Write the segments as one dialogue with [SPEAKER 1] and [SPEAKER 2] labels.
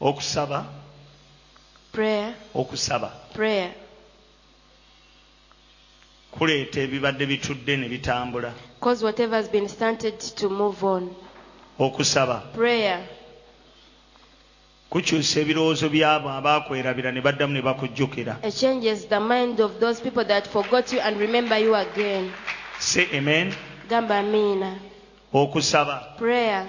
[SPEAKER 1] okusaba
[SPEAKER 2] Prayer,
[SPEAKER 1] okusaba
[SPEAKER 2] prayer
[SPEAKER 1] kuleeta ebibadde bitudde ne bitambula
[SPEAKER 2] cause whatever has been stunted to move on.
[SPEAKER 1] okusaba
[SPEAKER 2] Prayer
[SPEAKER 1] kukyusa ebirowoozo by'abo abaakwerabira ne baddamu ne bakujjukira
[SPEAKER 2] it changes the mind of those people that forgot you and remember you again.
[SPEAKER 1] se amen
[SPEAKER 2] Gamba Amina.
[SPEAKER 1] okusaba
[SPEAKER 2] Prayer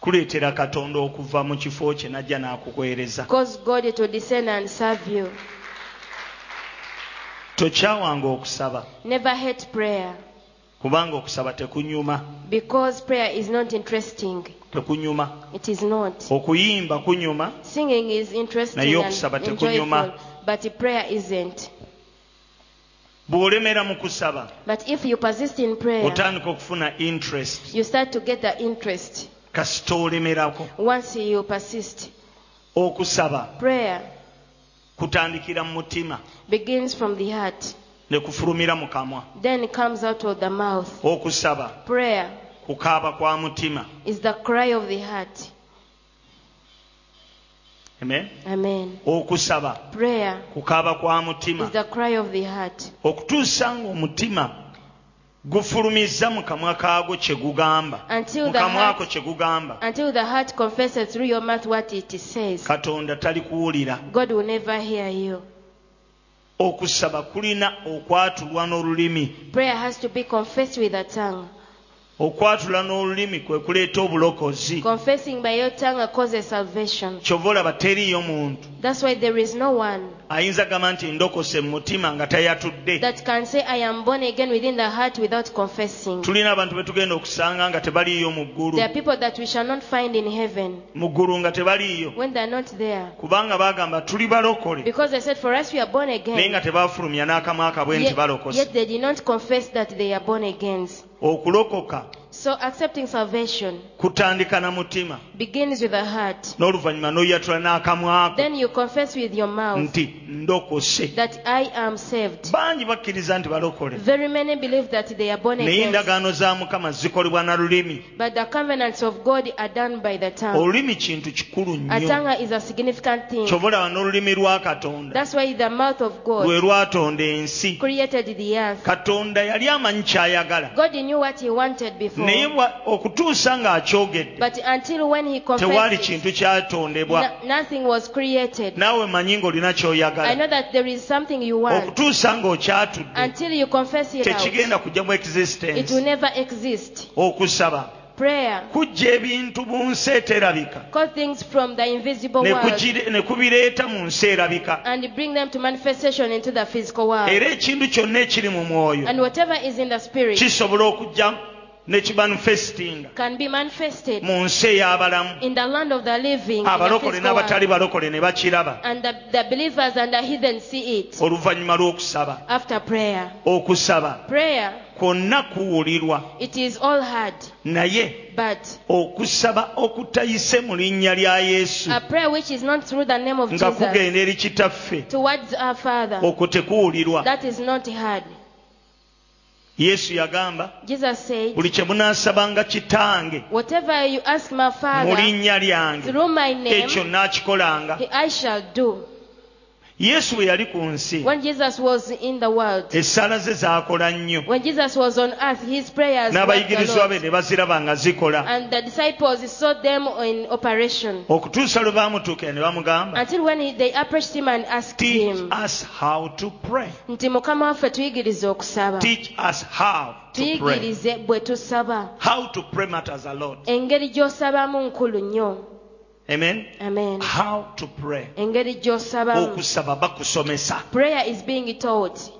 [SPEAKER 1] kuleetera katonda okuva mu kifo kye najja n'akuweereza
[SPEAKER 2] cause God to descend and serve you.
[SPEAKER 1] tokyawanga okusaba
[SPEAKER 2] Never hate prayer
[SPEAKER 1] kubanga okusaba tekunyuma
[SPEAKER 2] because prayer is not interesting.
[SPEAKER 1] tekunyuma
[SPEAKER 2] It is not.
[SPEAKER 1] okuyimba kunyuma
[SPEAKER 2] Singing is interesting
[SPEAKER 1] Naye
[SPEAKER 2] and
[SPEAKER 1] okusaba
[SPEAKER 2] enjoyable,
[SPEAKER 1] tekunyuma.
[SPEAKER 2] but prayer isn't.
[SPEAKER 1] bw'olemera mu kusaba
[SPEAKER 2] But if you persist in prayer,
[SPEAKER 1] otandika okufuna interest
[SPEAKER 2] you start to get the interest
[SPEAKER 1] kasita olemerako
[SPEAKER 2] once you persist.
[SPEAKER 1] okusaba
[SPEAKER 2] Prayer
[SPEAKER 1] kutandikira mu mutima
[SPEAKER 2] begins from the heart,
[SPEAKER 1] ne kufulumira mu kamwa
[SPEAKER 2] then comes out of the mouth.
[SPEAKER 1] okusaba
[SPEAKER 2] Prayer
[SPEAKER 1] kukaaba kwa mutima
[SPEAKER 2] is the cry of the heart.
[SPEAKER 1] amen
[SPEAKER 2] Amen.
[SPEAKER 1] okusaba
[SPEAKER 2] Prayer
[SPEAKER 1] kukaaba kwa
[SPEAKER 2] is
[SPEAKER 1] mutima
[SPEAKER 2] the cry of the heart
[SPEAKER 1] okutuusa ng'omutima gufulumiza mu kamwa kaagwo kye gugamba
[SPEAKER 2] Until
[SPEAKER 1] mu
[SPEAKER 2] the
[SPEAKER 1] kamwa
[SPEAKER 2] heart-
[SPEAKER 1] ako kye gugamba
[SPEAKER 2] until the heart confesses through your mouth what it says.
[SPEAKER 1] katonda tali kuwulira
[SPEAKER 2] God will never hear you.
[SPEAKER 1] okusaba kulina okwatulwa n'olulimi
[SPEAKER 2] Prayer has to be confessed with the tongue.
[SPEAKER 1] okwatula n'olulimi kwe kuleeta obulokozi
[SPEAKER 2] Confessing by your tongue causes salvation.
[SPEAKER 1] kyova olaba teriiyo muntu
[SPEAKER 2] That's why there is no one
[SPEAKER 1] ayinza gamba nti ndokose mu mutima nga tayatudde
[SPEAKER 2] that can say, I am born again within the heart without confessing.
[SPEAKER 1] tulina abantu be tugenda okusanga nga tebaliiyo mu ggulu
[SPEAKER 2] There are people that we shall not find in heaven
[SPEAKER 1] mu ggulu nga tebaliiyo
[SPEAKER 2] when they are not there.
[SPEAKER 1] kubanga baagamba tuli balokole
[SPEAKER 2] Because they said, For us we are born
[SPEAKER 1] naye
[SPEAKER 2] again.
[SPEAKER 1] nga tebafulumya n'akamwa kabwe nti
[SPEAKER 2] Yet,
[SPEAKER 1] balokose
[SPEAKER 2] yet they did not confess that they are born again.
[SPEAKER 1] okulokoka
[SPEAKER 2] So accepting salvation
[SPEAKER 1] kutandika na mutima
[SPEAKER 2] begins with the heart.
[SPEAKER 1] n'oluvannyuma n'oyatula n'akamwa ako
[SPEAKER 2] Then you confess with your mouth
[SPEAKER 1] nti ndokose
[SPEAKER 2] that I am saved.
[SPEAKER 1] bangi bakkiriza nti balokole
[SPEAKER 2] Very many believe that they are born
[SPEAKER 1] naye
[SPEAKER 2] again.
[SPEAKER 1] endagaano za mukama zikolebwa na lulimi
[SPEAKER 2] But the covenants of God are done by the tongue.
[SPEAKER 1] olulimi kintu kikulu
[SPEAKER 2] A
[SPEAKER 1] nnyo
[SPEAKER 2] tongue is a significant thing.
[SPEAKER 1] kyobolaba n'olulimi lwa katonda
[SPEAKER 2] That's why the mouth of
[SPEAKER 1] lwe
[SPEAKER 2] God
[SPEAKER 1] lwatonda ensi
[SPEAKER 2] created the earth.
[SPEAKER 1] katonda yali amanyi kyayagala
[SPEAKER 2] God knew what he wanted before.
[SPEAKER 1] naye bwa- okutuusa ng'akyogedde
[SPEAKER 2] But until when he
[SPEAKER 1] tewali
[SPEAKER 2] confessed, it,
[SPEAKER 1] kintu kyatondebwa
[SPEAKER 2] no- nothing was created.
[SPEAKER 1] naawe manyi ng'olina
[SPEAKER 2] I
[SPEAKER 1] ky'oyagala
[SPEAKER 2] know that there is something you want.
[SPEAKER 1] okutuusa ng'okyatudde
[SPEAKER 2] Until you confess it out,
[SPEAKER 1] tekigenda kujja mu
[SPEAKER 2] it
[SPEAKER 1] existence
[SPEAKER 2] will never exist.
[SPEAKER 1] okusaba
[SPEAKER 2] Prayer
[SPEAKER 1] kujja ebintu mu nsi eterabika
[SPEAKER 2] cause things from the invisible
[SPEAKER 1] ne
[SPEAKER 2] world
[SPEAKER 1] kugire- ne kubireeta mu nsi erabika
[SPEAKER 2] and bring them to manifestation into the physical world.
[SPEAKER 1] era ekintu kyonna ekiri mu mwoyo
[SPEAKER 2] Uh-huh. And whatever is in the spirit
[SPEAKER 1] kisobola okujja ne kimanifestinga
[SPEAKER 2] can be manifested
[SPEAKER 1] mu nsi ey'abalamu
[SPEAKER 2] in the land of the living, in the
[SPEAKER 1] abalokole
[SPEAKER 2] physical world.
[SPEAKER 1] n'abatali balokole ne bakiraba
[SPEAKER 2] And the, the believers and the heathen see it
[SPEAKER 1] Oh. oluvannyuma lw'okusaba
[SPEAKER 2] after prayer.
[SPEAKER 1] okusaba
[SPEAKER 2] Prayer,
[SPEAKER 1] kwonna kuwulirwa
[SPEAKER 2] it is all hard,
[SPEAKER 1] naye
[SPEAKER 2] but
[SPEAKER 1] okusaba okutayise mu linnya lya yesu
[SPEAKER 2] a prayer which is not through the name of
[SPEAKER 1] nga Oh.
[SPEAKER 2] Jesus
[SPEAKER 1] kugenda eri kitaffe
[SPEAKER 2] towards our Father,
[SPEAKER 1] okwo tekuwulirwa
[SPEAKER 2] that is not hard.
[SPEAKER 1] yesu yagamba
[SPEAKER 2] Jesus said,
[SPEAKER 1] buli kye munaasabanga kitange
[SPEAKER 2] Whatever you ask my
[SPEAKER 1] mu
[SPEAKER 2] Father
[SPEAKER 1] linnya lyange
[SPEAKER 2] through my
[SPEAKER 1] ekyo
[SPEAKER 2] name,
[SPEAKER 1] naakikolanga
[SPEAKER 2] he- I shall do.
[SPEAKER 1] yesu bwe yali ku nsi
[SPEAKER 2] When Jesus was in the world,
[SPEAKER 1] essaala ze zaakola nnyo
[SPEAKER 2] when Jesus was on earth, his prayers were the
[SPEAKER 1] n'abayigirizwa be
[SPEAKER 2] Lord.
[SPEAKER 1] ne baziraba nga zikola
[SPEAKER 2] And the disciples saw them in operation
[SPEAKER 1] okutuusa lwe baamutuukira ne bamugamba
[SPEAKER 2] until when he- they approached him and asked
[SPEAKER 1] teach
[SPEAKER 2] him,
[SPEAKER 1] us how to pray
[SPEAKER 2] nti mukama waffe tuyigirize okusaba
[SPEAKER 1] teach us how to pray
[SPEAKER 2] tuyigirize bwe tusaba
[SPEAKER 1] how to pray matters a lot
[SPEAKER 2] engeri gy'osabamu nkulu nnyo
[SPEAKER 1] amen
[SPEAKER 2] amen
[SPEAKER 1] how to pray
[SPEAKER 2] engeri gy'osabamu
[SPEAKER 1] okusaba bakusomesa
[SPEAKER 2] prayer is being taught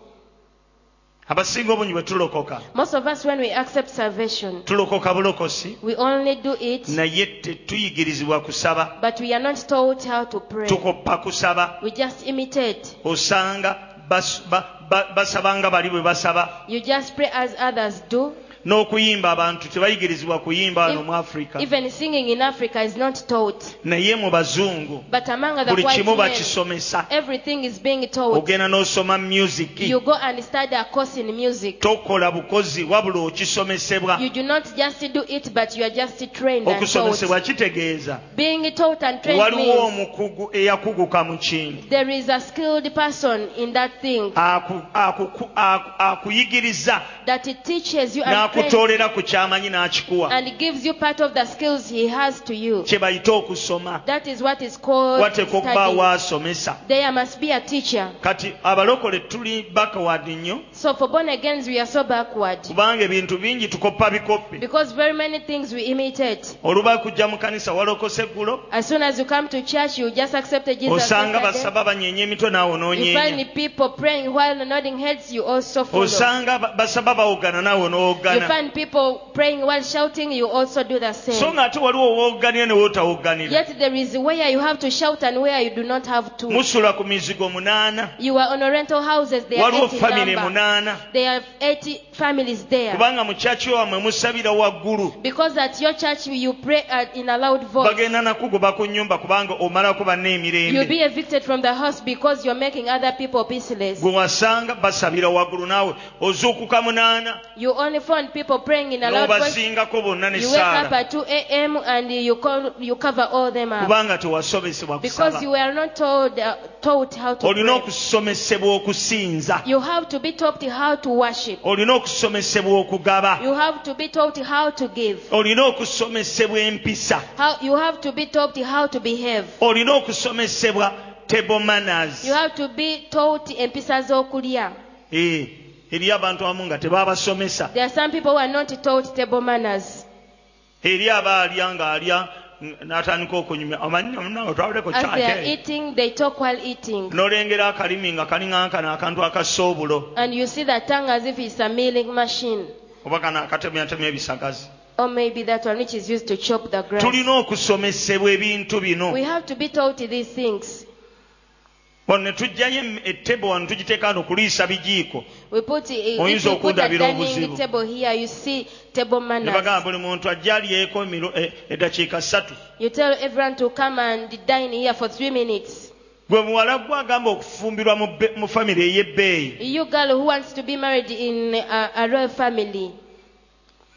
[SPEAKER 1] abasinga obungi bwe tulokoka
[SPEAKER 2] most of us when we accept salvation
[SPEAKER 1] tulokoka bulokosi
[SPEAKER 2] we only do it
[SPEAKER 1] naye tetuyigirizibwa kusaba
[SPEAKER 2] but we are not taught how to pray
[SPEAKER 1] tukoppa kusaba
[SPEAKER 2] we just imitate
[SPEAKER 1] osanga bas- ba- ba- basaba nga bali bwe basaba
[SPEAKER 2] you just pray as others do
[SPEAKER 1] n'okuyimba abantu tebayigirizibwa kuyimba wano mu afirika
[SPEAKER 2] Even singing in Africa is not taught.
[SPEAKER 1] naye mu bazungu
[SPEAKER 2] But among the
[SPEAKER 1] buli kimu
[SPEAKER 2] white men,
[SPEAKER 1] bakisomesa
[SPEAKER 2] everything is being taught.
[SPEAKER 1] ogenda n'osoma musiki
[SPEAKER 2] You go and study a course in music.
[SPEAKER 1] tokola bukozi wabula okisomesebwa
[SPEAKER 2] You do not just do it, but you are just trained and
[SPEAKER 1] okusomesebwa
[SPEAKER 2] taught.
[SPEAKER 1] kitegeeza
[SPEAKER 2] Being taught and trained
[SPEAKER 1] waliwo
[SPEAKER 2] means
[SPEAKER 1] omukugu eyakuguka mu kintu
[SPEAKER 2] there is a skilled person in that thing
[SPEAKER 1] Aku- akuku- aku- akuyigiriza
[SPEAKER 2] that it teaches you and trains
[SPEAKER 1] n'akutoolera ku kyamanyi n'akikuwa
[SPEAKER 2] and gives you part of the skills he has to you.
[SPEAKER 1] kye bayite okusoma
[SPEAKER 2] That is what is called
[SPEAKER 1] wateeka okubaawo
[SPEAKER 2] studying.
[SPEAKER 1] asomesa
[SPEAKER 2] There must be a teacher.
[SPEAKER 1] kati abalokole tuli backward nnyo
[SPEAKER 2] So for born agains, we are so backward.
[SPEAKER 1] kubanga ebintu bingi tukoppa bikopi
[SPEAKER 2] Because very many things we imitate.
[SPEAKER 1] oluba kujja mu kanisa walokose eggulo
[SPEAKER 2] As soon as you come to church, you just accepted Jesus.
[SPEAKER 1] osanga
[SPEAKER 2] yesterday.
[SPEAKER 1] basaba banyenye emitwe naawe
[SPEAKER 2] You
[SPEAKER 1] onoonyeenya
[SPEAKER 2] find people praying while nodding heads, you also follow.
[SPEAKER 1] osanga ba- basaba bawoggana naawe
[SPEAKER 2] You
[SPEAKER 1] onowoggana
[SPEAKER 2] find people praying while shouting, you also do the
[SPEAKER 1] so
[SPEAKER 2] same.
[SPEAKER 1] nga ate waliwo owoogganira ne wootawogganira
[SPEAKER 2] Yet there is where you have to shout and where you do not have to.
[SPEAKER 1] musula ku mizigo munaana
[SPEAKER 2] You are on rental houses, they are
[SPEAKER 1] waliwo
[SPEAKER 2] eight in
[SPEAKER 1] famire
[SPEAKER 2] number.
[SPEAKER 1] munaana
[SPEAKER 2] There are 80 families there.
[SPEAKER 1] kubanga mu kyaki wamwe musabira waggulu
[SPEAKER 2] Because at your church you pray uh, in a loud voice.
[SPEAKER 1] bagenda nakugoba ku nnyumba kubanga omalako banne
[SPEAKER 2] You'll be
[SPEAKER 1] emirembe
[SPEAKER 2] evicted from the house because you're making other people peaceless.
[SPEAKER 1] gwe wasanga basabira waggulu naawe ozuukuka munaana
[SPEAKER 2] You only find people praying in a loud voice.
[SPEAKER 1] n'obasingako bonna ne
[SPEAKER 2] You wake up
[SPEAKER 1] saala
[SPEAKER 2] at 2 a.m. and you, call, you cover all them up.
[SPEAKER 1] kubanga tewasomesebwa
[SPEAKER 2] Because
[SPEAKER 1] kusaba
[SPEAKER 2] you were not told, uh, taught how to
[SPEAKER 1] olina
[SPEAKER 2] pray.
[SPEAKER 1] okusomesebwa okusinza
[SPEAKER 2] You have to be taught how to worship.
[SPEAKER 1] olina okusomesebwa okugaba
[SPEAKER 2] You have to be taught how to give.
[SPEAKER 1] olina okusomesebwa empisa
[SPEAKER 2] How, you have to be taught how to behave.
[SPEAKER 1] olina okusomesebwa table manners
[SPEAKER 2] You have to be taught empisa z'okulya.
[SPEAKER 1] Eh, eri abantu abamu nga tebabasomesa
[SPEAKER 2] There are some people who are not taught table manners.
[SPEAKER 1] eri aba alya ng'alya n- n'atandika okunyumya amaninamunawe twabuleko
[SPEAKER 2] As they are
[SPEAKER 1] kyake
[SPEAKER 2] eating, they talk while eating.
[SPEAKER 1] n'olengera akalimi nga kalinga nkana akantu akasoobulo
[SPEAKER 2] And you see the tongue as if it's a milling machine.
[SPEAKER 1] oba kana akatemyatemya ebisagazi
[SPEAKER 2] Or maybe that one which is used to chop the grass.
[SPEAKER 1] tulina okusomesebwa ebintu
[SPEAKER 2] We
[SPEAKER 1] bino
[SPEAKER 2] have to be taught these things.
[SPEAKER 1] wano ne tugjayo em- ettebo wano tugiteeka ano kuliisa bijiiko
[SPEAKER 2] We put, if
[SPEAKER 1] Oyinza
[SPEAKER 2] you put a
[SPEAKER 1] okundabira
[SPEAKER 2] dining
[SPEAKER 1] obuzibu.
[SPEAKER 2] table here, you see table
[SPEAKER 1] ne
[SPEAKER 2] manners.
[SPEAKER 1] bagamba buli muntu ajja alyeko emiro- e- eddakiika ssatu
[SPEAKER 2] You tell everyone to come and dine here for three minutes.
[SPEAKER 1] gwe muwala gwe agamba okufumbirwa mu be- mu famire ey'ebbeeyi
[SPEAKER 2] You girl who wants to be married in a, a royal family,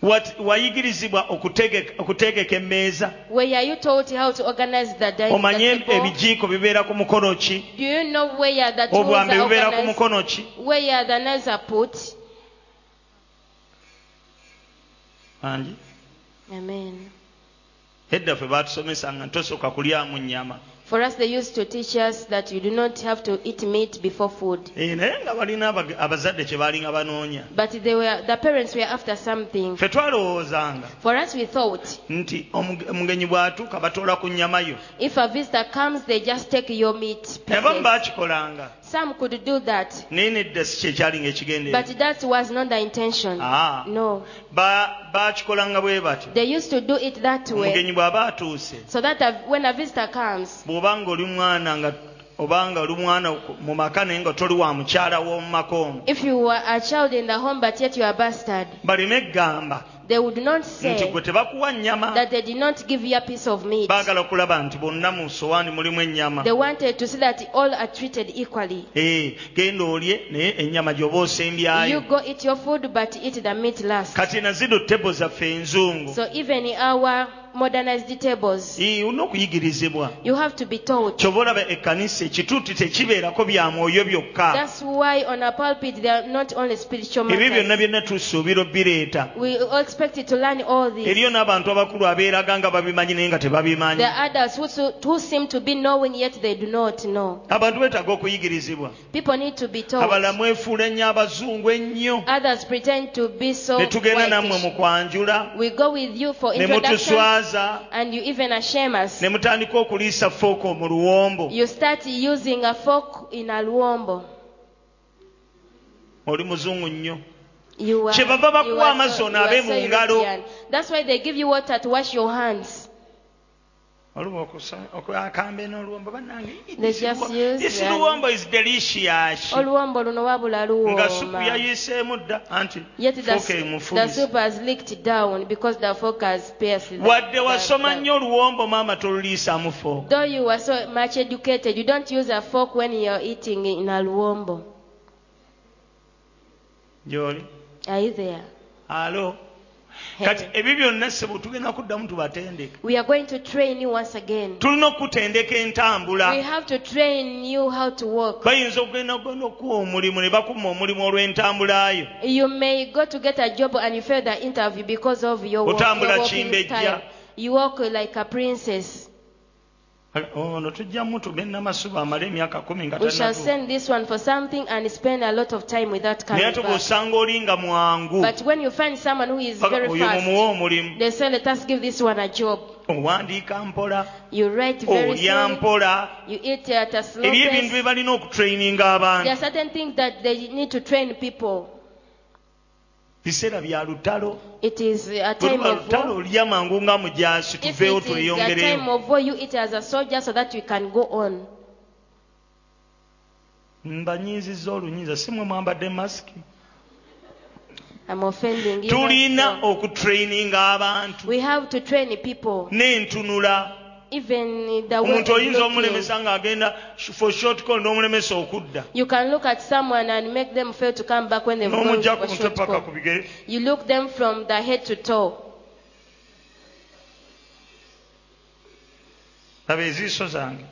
[SPEAKER 1] Wat- wayigirizibwa okutegeka okutegeka emmeeza
[SPEAKER 2] where are you taught how to organize the dining
[SPEAKER 1] omanye
[SPEAKER 2] the table?
[SPEAKER 1] ebijiiko bibeera ku mukono ki
[SPEAKER 2] Do you know where the tools
[SPEAKER 1] obwambe
[SPEAKER 2] are
[SPEAKER 1] bubeera ku
[SPEAKER 2] organized?
[SPEAKER 1] mukono ki
[SPEAKER 2] Where the knives are put?
[SPEAKER 1] angi
[SPEAKER 2] Amen.
[SPEAKER 1] edda ffe batusomesanga tosooka kulyamu nnyama
[SPEAKER 2] For us, they used to teach us that you do not have to eat meat before food.
[SPEAKER 1] Eh, naye nga balina abag- abazadde kye baalinga banoonya
[SPEAKER 2] But they were, the parents were after something.
[SPEAKER 1] ffe twalowoozanga
[SPEAKER 2] For us, we thought
[SPEAKER 1] nti omuge- omugenyi bw'atuuka batoola ku nnyama yo
[SPEAKER 2] if a visitor comes, they just take your meat.
[SPEAKER 1] abamu
[SPEAKER 2] pieces.
[SPEAKER 1] baakikolanga
[SPEAKER 2] Some could do that,
[SPEAKER 1] naye nedda si kyekyalinga ekigendera
[SPEAKER 2] but that was not the intention.
[SPEAKER 1] Ah.
[SPEAKER 2] No.
[SPEAKER 1] Ba- baakikolanga bwe batyo
[SPEAKER 2] They used to do it that way
[SPEAKER 1] omugenyi bw'aba atuuse
[SPEAKER 2] so that a, when a visitor comes,
[SPEAKER 1] bw'obanga oli mwana nga obanga oli mwana ku- mu maka naye nga toli wa mukyala w'omu maka omu
[SPEAKER 2] if you were a child in the home but yet you are a bastard,
[SPEAKER 1] baleme eggamba
[SPEAKER 2] they would not
[SPEAKER 1] nti
[SPEAKER 2] say
[SPEAKER 1] gwe tebakuwa nnyama
[SPEAKER 2] that they did not give you a piece of meat.
[SPEAKER 1] baagala kulaba nti bonna mu sowaani mulimu ennyama
[SPEAKER 2] They wanted to see that all are treated equally.
[SPEAKER 1] Eh, genda olye naye ennyama gy'oba
[SPEAKER 2] You
[SPEAKER 1] osembyayo
[SPEAKER 2] go eat your food but eat the meat last.
[SPEAKER 1] kati nazino tebo zaffe enzungu
[SPEAKER 2] So even in our modernized tables,
[SPEAKER 1] Eh, olina okuyigirizibwa
[SPEAKER 2] you have to be taught.
[SPEAKER 1] kyoba olaba ekkanisa ekituuti tekibeerako bya mwoyo byokka
[SPEAKER 2] That's why on our pulpit they are not only spiritual
[SPEAKER 1] ebyo byonna
[SPEAKER 2] matters.
[SPEAKER 1] byonna tusuubira obireeta
[SPEAKER 2] We all expected to learn all this.
[SPEAKER 1] eriyo n'abantu abakulu abeeraga nga babimanyi naye nga tebabimanyi
[SPEAKER 2] There are others who, so- who seem to be knowing yet they do not know.
[SPEAKER 1] abantu beetaaga okuyigirizibwa
[SPEAKER 2] People need to be
[SPEAKER 1] abala
[SPEAKER 2] taught.
[SPEAKER 1] mwefuula ennyo abazungu ennyo
[SPEAKER 2] Others pretend to be so
[SPEAKER 1] ne tugenda nammwe mu
[SPEAKER 2] whitish.
[SPEAKER 1] kwanjula
[SPEAKER 2] We go with you for
[SPEAKER 1] ne
[SPEAKER 2] introduction
[SPEAKER 1] mutuswaza
[SPEAKER 2] and you even ashame us.
[SPEAKER 1] ne mutandika okuliisa fooko mu luwombo
[SPEAKER 2] You start using a fork in a luombo.
[SPEAKER 1] oli muzungu nnyo
[SPEAKER 2] You are,
[SPEAKER 1] Kye bava bakuwa
[SPEAKER 2] you are
[SPEAKER 1] amazzi
[SPEAKER 2] so,
[SPEAKER 1] ono
[SPEAKER 2] you are
[SPEAKER 1] abe
[SPEAKER 2] so
[SPEAKER 1] mu ngalo.
[SPEAKER 2] European. That's why they give you water to wash your hands.
[SPEAKER 1] oluba okusa- oku- akamba en'oluwombo bannange "Ee,
[SPEAKER 2] They
[SPEAKER 1] this
[SPEAKER 2] just
[SPEAKER 1] luwombo-
[SPEAKER 2] use
[SPEAKER 1] this
[SPEAKER 2] their-
[SPEAKER 1] luwombo is delicious
[SPEAKER 2] oluwombo luno wabula
[SPEAKER 1] nga supu
[SPEAKER 2] luwooma
[SPEAKER 1] yayiseemu dda anti
[SPEAKER 2] yet the,
[SPEAKER 1] "Fuuka
[SPEAKER 2] s- the
[SPEAKER 1] emufuluzi."
[SPEAKER 2] soup has leaked down because the fork has pierced the-
[SPEAKER 1] wadde
[SPEAKER 2] the-
[SPEAKER 1] wasoma
[SPEAKER 2] the-
[SPEAKER 1] nnyo oluwombo maama toluliisamu fooka
[SPEAKER 2] Though you are so much educated, you don't use a fork when you are eating in a luombo.
[SPEAKER 1] gy'oli
[SPEAKER 2] Are you there?
[SPEAKER 1] alo kati ebyo byonna ssebo tugenda kuddamu tubatendeke
[SPEAKER 2] We are going to train you once again.
[SPEAKER 1] tulina okutendeka entambula
[SPEAKER 2] We have to train you how to walk.
[SPEAKER 1] bayinza okugenda okugenda okuwa omulimu ne bakuma omulimu olw'entambulayo
[SPEAKER 2] You may go to get a job and you fail the interview because of your, walk,
[SPEAKER 1] Otambula
[SPEAKER 2] your walking
[SPEAKER 1] kimbejja.
[SPEAKER 2] style. You walk like a princess.
[SPEAKER 1] ono tujjamu tube namasuba amale emyaka kumi nga
[SPEAKER 2] We
[SPEAKER 1] tannatuuka.
[SPEAKER 2] shall send this one for something and spend a lot of time without
[SPEAKER 1] naye
[SPEAKER 2] coming
[SPEAKER 1] ate
[SPEAKER 2] back.
[SPEAKER 1] bw'osanga olinga mwangu
[SPEAKER 2] But when you find someone who is
[SPEAKER 1] paka
[SPEAKER 2] very
[SPEAKER 1] oyo mumuwa
[SPEAKER 2] fast,
[SPEAKER 1] omulimu
[SPEAKER 2] they say, let us give this one a job.
[SPEAKER 1] owandiika mpola
[SPEAKER 2] You write
[SPEAKER 1] Oh,
[SPEAKER 2] very
[SPEAKER 1] olya
[SPEAKER 2] slowly.
[SPEAKER 1] mpola
[SPEAKER 2] You eat at a slow
[SPEAKER 1] ebyo ebintu
[SPEAKER 2] pace.
[SPEAKER 1] bye balina okutraininga
[SPEAKER 2] There are
[SPEAKER 1] abantu
[SPEAKER 2] certain things that they need to train people.
[SPEAKER 1] biseera bya lutalo
[SPEAKER 2] It is a time
[SPEAKER 1] bweluba
[SPEAKER 2] of
[SPEAKER 1] lutalo
[SPEAKER 2] war.
[SPEAKER 1] olya mangu nga mujaasi
[SPEAKER 2] If
[SPEAKER 1] tuveewo
[SPEAKER 2] it is a time
[SPEAKER 1] tweyongereyo
[SPEAKER 2] of war, you eat as a soldier so that you can go on.
[SPEAKER 1] mbanyiizizza olunyiiza si mwe mwambadde masiki
[SPEAKER 2] I'm offending you.
[SPEAKER 1] tulina
[SPEAKER 2] right now.
[SPEAKER 1] okutraininga abantu
[SPEAKER 2] We have to train people.
[SPEAKER 1] n'entunula
[SPEAKER 2] Even the way
[SPEAKER 1] omuntu oyinza
[SPEAKER 2] of
[SPEAKER 1] omulemesa
[SPEAKER 2] looking.
[SPEAKER 1] ng'agenda for shortcall n'omulemesa okudda
[SPEAKER 2] You can look at someone and make them fail to come back when they've gone
[SPEAKER 1] n'omugja ku
[SPEAKER 2] for
[SPEAKER 1] mutwe
[SPEAKER 2] short
[SPEAKER 1] paka ku
[SPEAKER 2] call.
[SPEAKER 1] bigere
[SPEAKER 2] You look them from the head to toe.
[SPEAKER 1] laba eziiso zange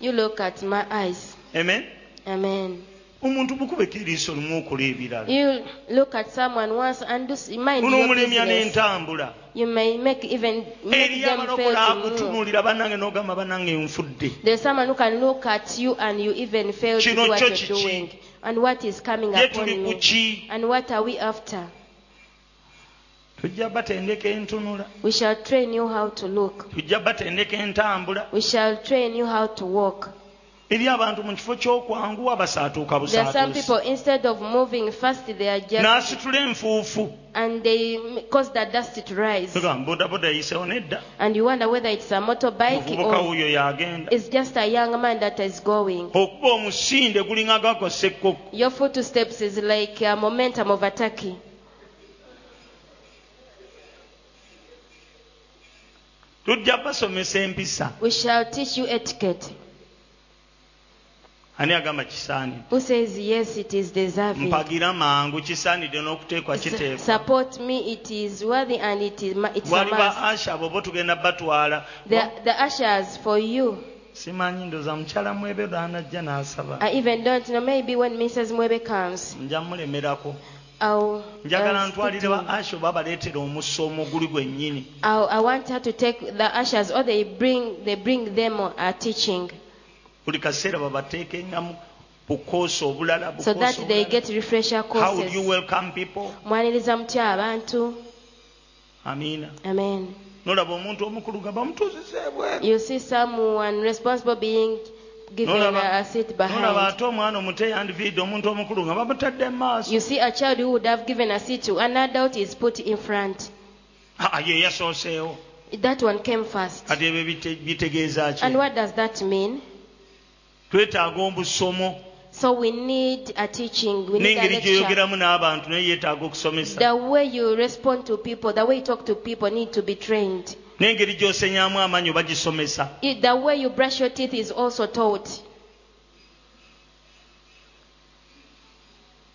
[SPEAKER 2] You look at my eyes.
[SPEAKER 1] amen
[SPEAKER 2] Amen.
[SPEAKER 1] omuntu mukubeko eriiso limu okola ebirala
[SPEAKER 2] You look at someone once and do s- mind your
[SPEAKER 1] onoomulemya
[SPEAKER 2] business.
[SPEAKER 1] n'entambula
[SPEAKER 2] You may make even make
[SPEAKER 1] eri
[SPEAKER 2] them
[SPEAKER 1] abalokola
[SPEAKER 2] fail to move.
[SPEAKER 1] akutunuulira bannange n'ogamba bannange nfudde
[SPEAKER 2] There's someone who can look at you and you even fail to
[SPEAKER 1] Kino
[SPEAKER 2] do what
[SPEAKER 1] kyo
[SPEAKER 2] you're
[SPEAKER 1] kiki?
[SPEAKER 2] doing. And what is coming
[SPEAKER 1] ye
[SPEAKER 2] upon
[SPEAKER 1] tuli ku
[SPEAKER 2] me?
[SPEAKER 1] ki
[SPEAKER 2] And what are we after?
[SPEAKER 1] tujja batendeka entunula
[SPEAKER 2] We shall train you how to look.
[SPEAKER 1] tujja batendeka entambula
[SPEAKER 2] We shall train you how to walk.
[SPEAKER 1] eri abantu mu kifo ky'okwanguwa basaatuuka
[SPEAKER 2] There are some people
[SPEAKER 1] busaatuusi
[SPEAKER 2] instead of moving fast, they are just
[SPEAKER 1] n'asitula enfuufu
[SPEAKER 2] and they m- cause the dust to rise.
[SPEAKER 1] tugamba bodaboda yisewo nedda
[SPEAKER 2] And you wonder whether it's a motorbike
[SPEAKER 1] muvubuka
[SPEAKER 2] or
[SPEAKER 1] wuuyo y'agenda
[SPEAKER 2] it's just a young man that is going.
[SPEAKER 1] okuba omusinde gulinga gakosa ekkoko
[SPEAKER 2] Your footsteps is like a momentum of attacking.
[SPEAKER 1] tujja basomesa empisa
[SPEAKER 2] We shall teach you etiquette.
[SPEAKER 1] ani agamba kisaanidde
[SPEAKER 2] Who says yes, it is deserving?
[SPEAKER 1] mpagira mangu kisaanidde n'okuteekwa
[SPEAKER 2] S-
[SPEAKER 1] kiteekwa
[SPEAKER 2] Support me, it is worthy and it is ma- it's a
[SPEAKER 1] bwali ba
[SPEAKER 2] must.
[SPEAKER 1] asha abo bo tugenda batwala
[SPEAKER 2] The, the ushers for you.
[SPEAKER 1] simanyi ndoza mukyala mwebe lwanajja n'asaba
[SPEAKER 2] I even don't know. Maybe when Mrs. Mwebe comes,
[SPEAKER 1] nja mulemerako
[SPEAKER 2] I'll,
[SPEAKER 1] njagala
[SPEAKER 2] I'll, speak
[SPEAKER 1] ntwalire
[SPEAKER 2] to
[SPEAKER 1] ba
[SPEAKER 2] you.
[SPEAKER 1] asha oba abaleetera omusa omuguli gwennyini
[SPEAKER 2] I'll- I want her to take the ushers, or they bring they bring them a teaching,
[SPEAKER 1] buli kaseera babateekengamu bukoosi obulala
[SPEAKER 2] so that
[SPEAKER 1] bukoosi
[SPEAKER 2] they
[SPEAKER 1] obulala.
[SPEAKER 2] get refresher
[SPEAKER 1] how would you
[SPEAKER 2] courses.
[SPEAKER 1] welcome people
[SPEAKER 2] Mwaniriza mutya abantu?
[SPEAKER 1] amiina
[SPEAKER 2] Amen.
[SPEAKER 1] nolaba omuntu omukulu ga bamutuzizeebweru
[SPEAKER 2] You see someone responsible being given
[SPEAKER 1] Nolaba-
[SPEAKER 2] a, a seat
[SPEAKER 1] nolaba
[SPEAKER 2] behind.
[SPEAKER 1] ate omwana omuto eyandiviidde omuntu omukulu nga bamutadde mu maaso
[SPEAKER 2] You see a child who would have given a seat to an adult is put in front.
[SPEAKER 1] Ah, ye yasooseewo
[SPEAKER 2] That one came first.
[SPEAKER 1] kati ebyo bite- bitegeeza ki
[SPEAKER 2] And what does that mean?
[SPEAKER 1] twetaaga obusomo
[SPEAKER 2] So we need a teaching, we need a
[SPEAKER 1] n'engeri
[SPEAKER 2] lecture.
[SPEAKER 1] gyeyoogeramu n'abantu naye yeetaaga okusomesa
[SPEAKER 2] The way you respond to people, the way you talk to people need to be trained.
[SPEAKER 1] n'engeri gy'osenyaamu amaanyi oba gisomesa
[SPEAKER 2] It- The way you brush your teeth is also taught.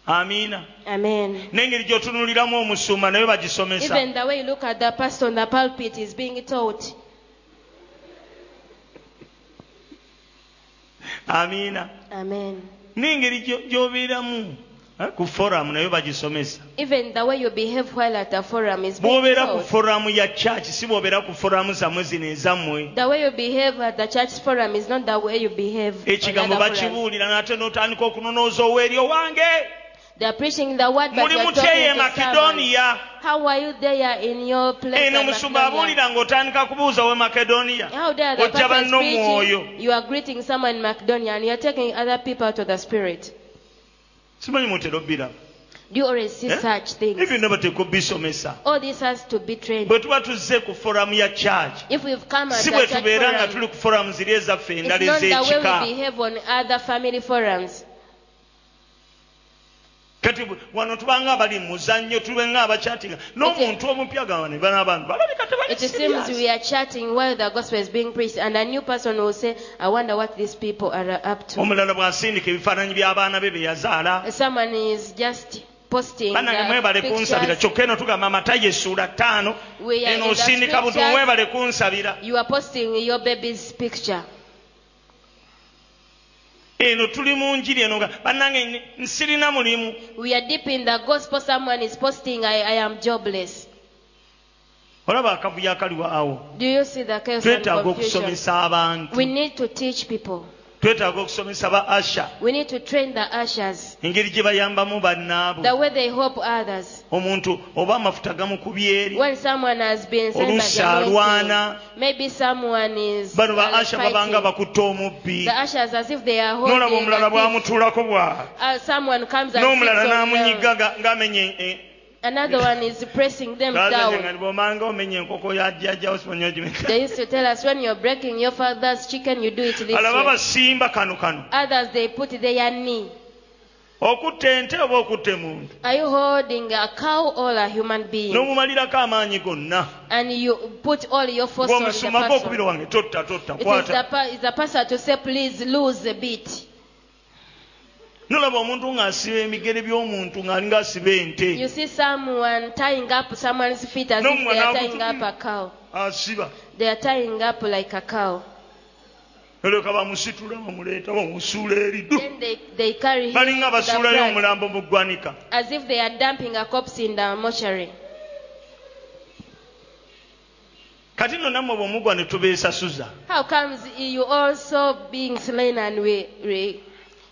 [SPEAKER 1] amiina
[SPEAKER 2] Amen.
[SPEAKER 1] n'engeri gy'otunuuliramu omusumba naye bagisomesa
[SPEAKER 2] Even the way you look at the pastor on the pulpit is being taught.
[SPEAKER 1] amiina
[SPEAKER 2] Amen.
[SPEAKER 1] n'engeri gyo- gy'obeeramu eh, ku foramu nayo bagisomesa
[SPEAKER 2] Even the way you behave while at a forum is being
[SPEAKER 1] bw'obeera ku
[SPEAKER 2] taught.
[SPEAKER 1] foramu ya kyaki si bw'obeera ku foramu zammwe zino ezammwe
[SPEAKER 2] The way you behave at the church forum is not the way you behave. on
[SPEAKER 1] ekigambo
[SPEAKER 2] other forums.
[SPEAKER 1] bakibuulira n'ate n'otandika okunonooza oweeri owange
[SPEAKER 2] They are preaching the word, but
[SPEAKER 1] muli
[SPEAKER 2] you are
[SPEAKER 1] muteeyi e
[SPEAKER 2] talking to someone.
[SPEAKER 1] makedoniya
[SPEAKER 2] How are you there in your place?
[SPEAKER 1] eno
[SPEAKER 2] in
[SPEAKER 1] omusumba
[SPEAKER 2] Macedonia?
[SPEAKER 1] abuulira ng'otandika kubuuza we makedoniya
[SPEAKER 2] How dare the
[SPEAKER 1] ojja
[SPEAKER 2] person
[SPEAKER 1] banno mwoyo
[SPEAKER 2] preaching? You are greeting someone in Macedonia and you are taking other people out of the spirit.
[SPEAKER 1] simanyi mutera obbira
[SPEAKER 2] Do you always see
[SPEAKER 1] Eh?
[SPEAKER 2] such things?
[SPEAKER 1] ebyo ne batekubisomesa
[SPEAKER 2] All this has to be trained.
[SPEAKER 1] bwe tuba tuzze ku foramu ya church
[SPEAKER 2] If we've come at
[SPEAKER 1] si
[SPEAKER 2] the
[SPEAKER 1] bwe
[SPEAKER 2] church
[SPEAKER 1] tubeera nga
[SPEAKER 2] forum,
[SPEAKER 1] tuli ku foramu ziri ezaffe endala
[SPEAKER 2] it's not the
[SPEAKER 1] ez'ekika
[SPEAKER 2] way we behave on other family forums.
[SPEAKER 1] kati bu- wano tubanga abali mu muzannyo tubenga abakyatinga n'omuntu omupya gamba ne banaabantu balabika tebali
[SPEAKER 2] It seems
[SPEAKER 1] serious.
[SPEAKER 2] we are chatting while the gospel is being preached, and a new person will say, I wonder what these people are up to.
[SPEAKER 1] omulala bw'asindika ebifaananyi by'abaana be beyazaala
[SPEAKER 2] Someone is just posting
[SPEAKER 1] bannange mwebale
[SPEAKER 2] the
[SPEAKER 1] kunsabira
[SPEAKER 2] pictures.
[SPEAKER 1] kyokka eno tugamba amatayo essuula ttaano
[SPEAKER 2] We are
[SPEAKER 1] eno
[SPEAKER 2] in the
[SPEAKER 1] osindika buto
[SPEAKER 2] scriptures.
[SPEAKER 1] mwebale kunsabira
[SPEAKER 2] You are posting your baby's picture.
[SPEAKER 1] eno tuli mu njiri eno nga bannange n- nsirina mulimu
[SPEAKER 2] We are deep in the gospel. Someone is posting, I, I am jobless.
[SPEAKER 1] olaba akavuyo akaliwa awo
[SPEAKER 2] Do you see the chaos and
[SPEAKER 1] twetaaga
[SPEAKER 2] confusion?
[SPEAKER 1] okusomesa abantu
[SPEAKER 2] We need to teach people.
[SPEAKER 1] twetaaga okusomesa ba asha
[SPEAKER 2] We need to train the ushers
[SPEAKER 1] engeri gye bayambamu bannaabo
[SPEAKER 2] the way they help others.
[SPEAKER 1] omuntu oba amafuta gamukuby eri
[SPEAKER 2] When someone has been sent by
[SPEAKER 1] Oluusi
[SPEAKER 2] the
[SPEAKER 1] alwana.
[SPEAKER 2] anointing, maybe someone is
[SPEAKER 1] bano ba
[SPEAKER 2] uh,
[SPEAKER 1] asha babanga
[SPEAKER 2] fighting.
[SPEAKER 1] bakutte omubbi
[SPEAKER 2] The ushers as if they are
[SPEAKER 1] n'olaba
[SPEAKER 2] holding
[SPEAKER 1] omulala
[SPEAKER 2] a thief.
[SPEAKER 1] bwamutuulako bwa
[SPEAKER 2] Uh, someone comes and
[SPEAKER 1] n'omulala
[SPEAKER 2] sits on
[SPEAKER 1] n'amunyiga
[SPEAKER 2] them.
[SPEAKER 1] nga- eh, ng'amenye
[SPEAKER 2] Another one is pressing them down.
[SPEAKER 1] gazanyangani omenya enkoko ya jjajja osimanya ogimeka
[SPEAKER 2] They used to tell us when you're breaking your father's chicken, you do it this
[SPEAKER 1] alaba
[SPEAKER 2] way.
[SPEAKER 1] basimba kano kano
[SPEAKER 2] Others, they put their knee.
[SPEAKER 1] okutta ente oba okutta emuntu
[SPEAKER 2] Are you holding a cow or a human being?
[SPEAKER 1] n'omumalirako amaanyi gonna
[SPEAKER 2] And you put all your force on the
[SPEAKER 1] gweomusumako okubira
[SPEAKER 2] person.
[SPEAKER 1] wange totta totta
[SPEAKER 2] It is the,
[SPEAKER 1] kwata
[SPEAKER 2] pa- it's the pastor to say, please lose a bit.
[SPEAKER 1] nolaba omuntu ng'asiba emigere by'omuntu ng'alinga asiba
[SPEAKER 2] You
[SPEAKER 1] ente
[SPEAKER 2] see someone tying up someone's feet as
[SPEAKER 1] No,
[SPEAKER 2] if they are
[SPEAKER 1] mwana-
[SPEAKER 2] tying up a cow.
[SPEAKER 1] asiba
[SPEAKER 2] They are tying up like a cow.
[SPEAKER 1] olyoka bamusitula bamuleeta bamusuula eri ddu
[SPEAKER 2] Then they, they carry him
[SPEAKER 1] balinga
[SPEAKER 2] to the
[SPEAKER 1] abasuulayo
[SPEAKER 2] front
[SPEAKER 1] omulambo mu ggwanika
[SPEAKER 2] as if they are dumping a corpse in the mortuary.
[SPEAKER 1] kati no nammwe bwomugwa ne tubeesasuza
[SPEAKER 2] How comes you also being slain and we, we,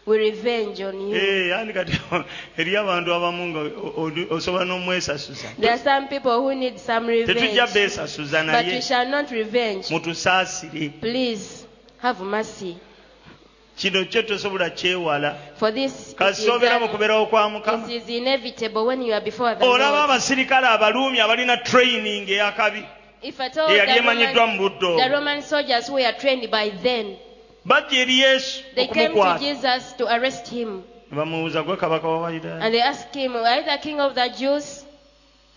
[SPEAKER 2] we revenge on you?
[SPEAKER 1] Eh, yani kati eri abantu abamu nga o- o- osobola n'omwesasuza
[SPEAKER 2] There are some people who need some
[SPEAKER 1] tetujja
[SPEAKER 2] revenge,
[SPEAKER 1] beesasuza
[SPEAKER 2] but we
[SPEAKER 1] naye
[SPEAKER 2] shall not revenge.
[SPEAKER 1] mutusaasire
[SPEAKER 2] Please have mercy.
[SPEAKER 1] kino kyo tosobola kyewala
[SPEAKER 2] For this it is,
[SPEAKER 1] kasoobera mu
[SPEAKER 2] un-
[SPEAKER 1] kubeerawo kwa
[SPEAKER 2] it
[SPEAKER 1] mukama
[SPEAKER 2] is inevitable when you are before the
[SPEAKER 1] olaba
[SPEAKER 2] Lord.
[SPEAKER 1] abasirikale abaluumi abalina training eyakabi
[SPEAKER 2] If at all
[SPEAKER 1] eyali
[SPEAKER 2] the
[SPEAKER 1] emanyiddwa
[SPEAKER 2] Roman,
[SPEAKER 1] mu budde
[SPEAKER 2] the
[SPEAKER 1] obwo
[SPEAKER 2] Roman soldiers who were trained by then,
[SPEAKER 1] bajja eri yesu
[SPEAKER 2] they came to
[SPEAKER 1] okumukwata
[SPEAKER 2] Jesus to arrest him.
[SPEAKER 1] ne bamubuuza gwe kabaka wabayudaaya
[SPEAKER 2] And they asked him, Are you the king of the Jews?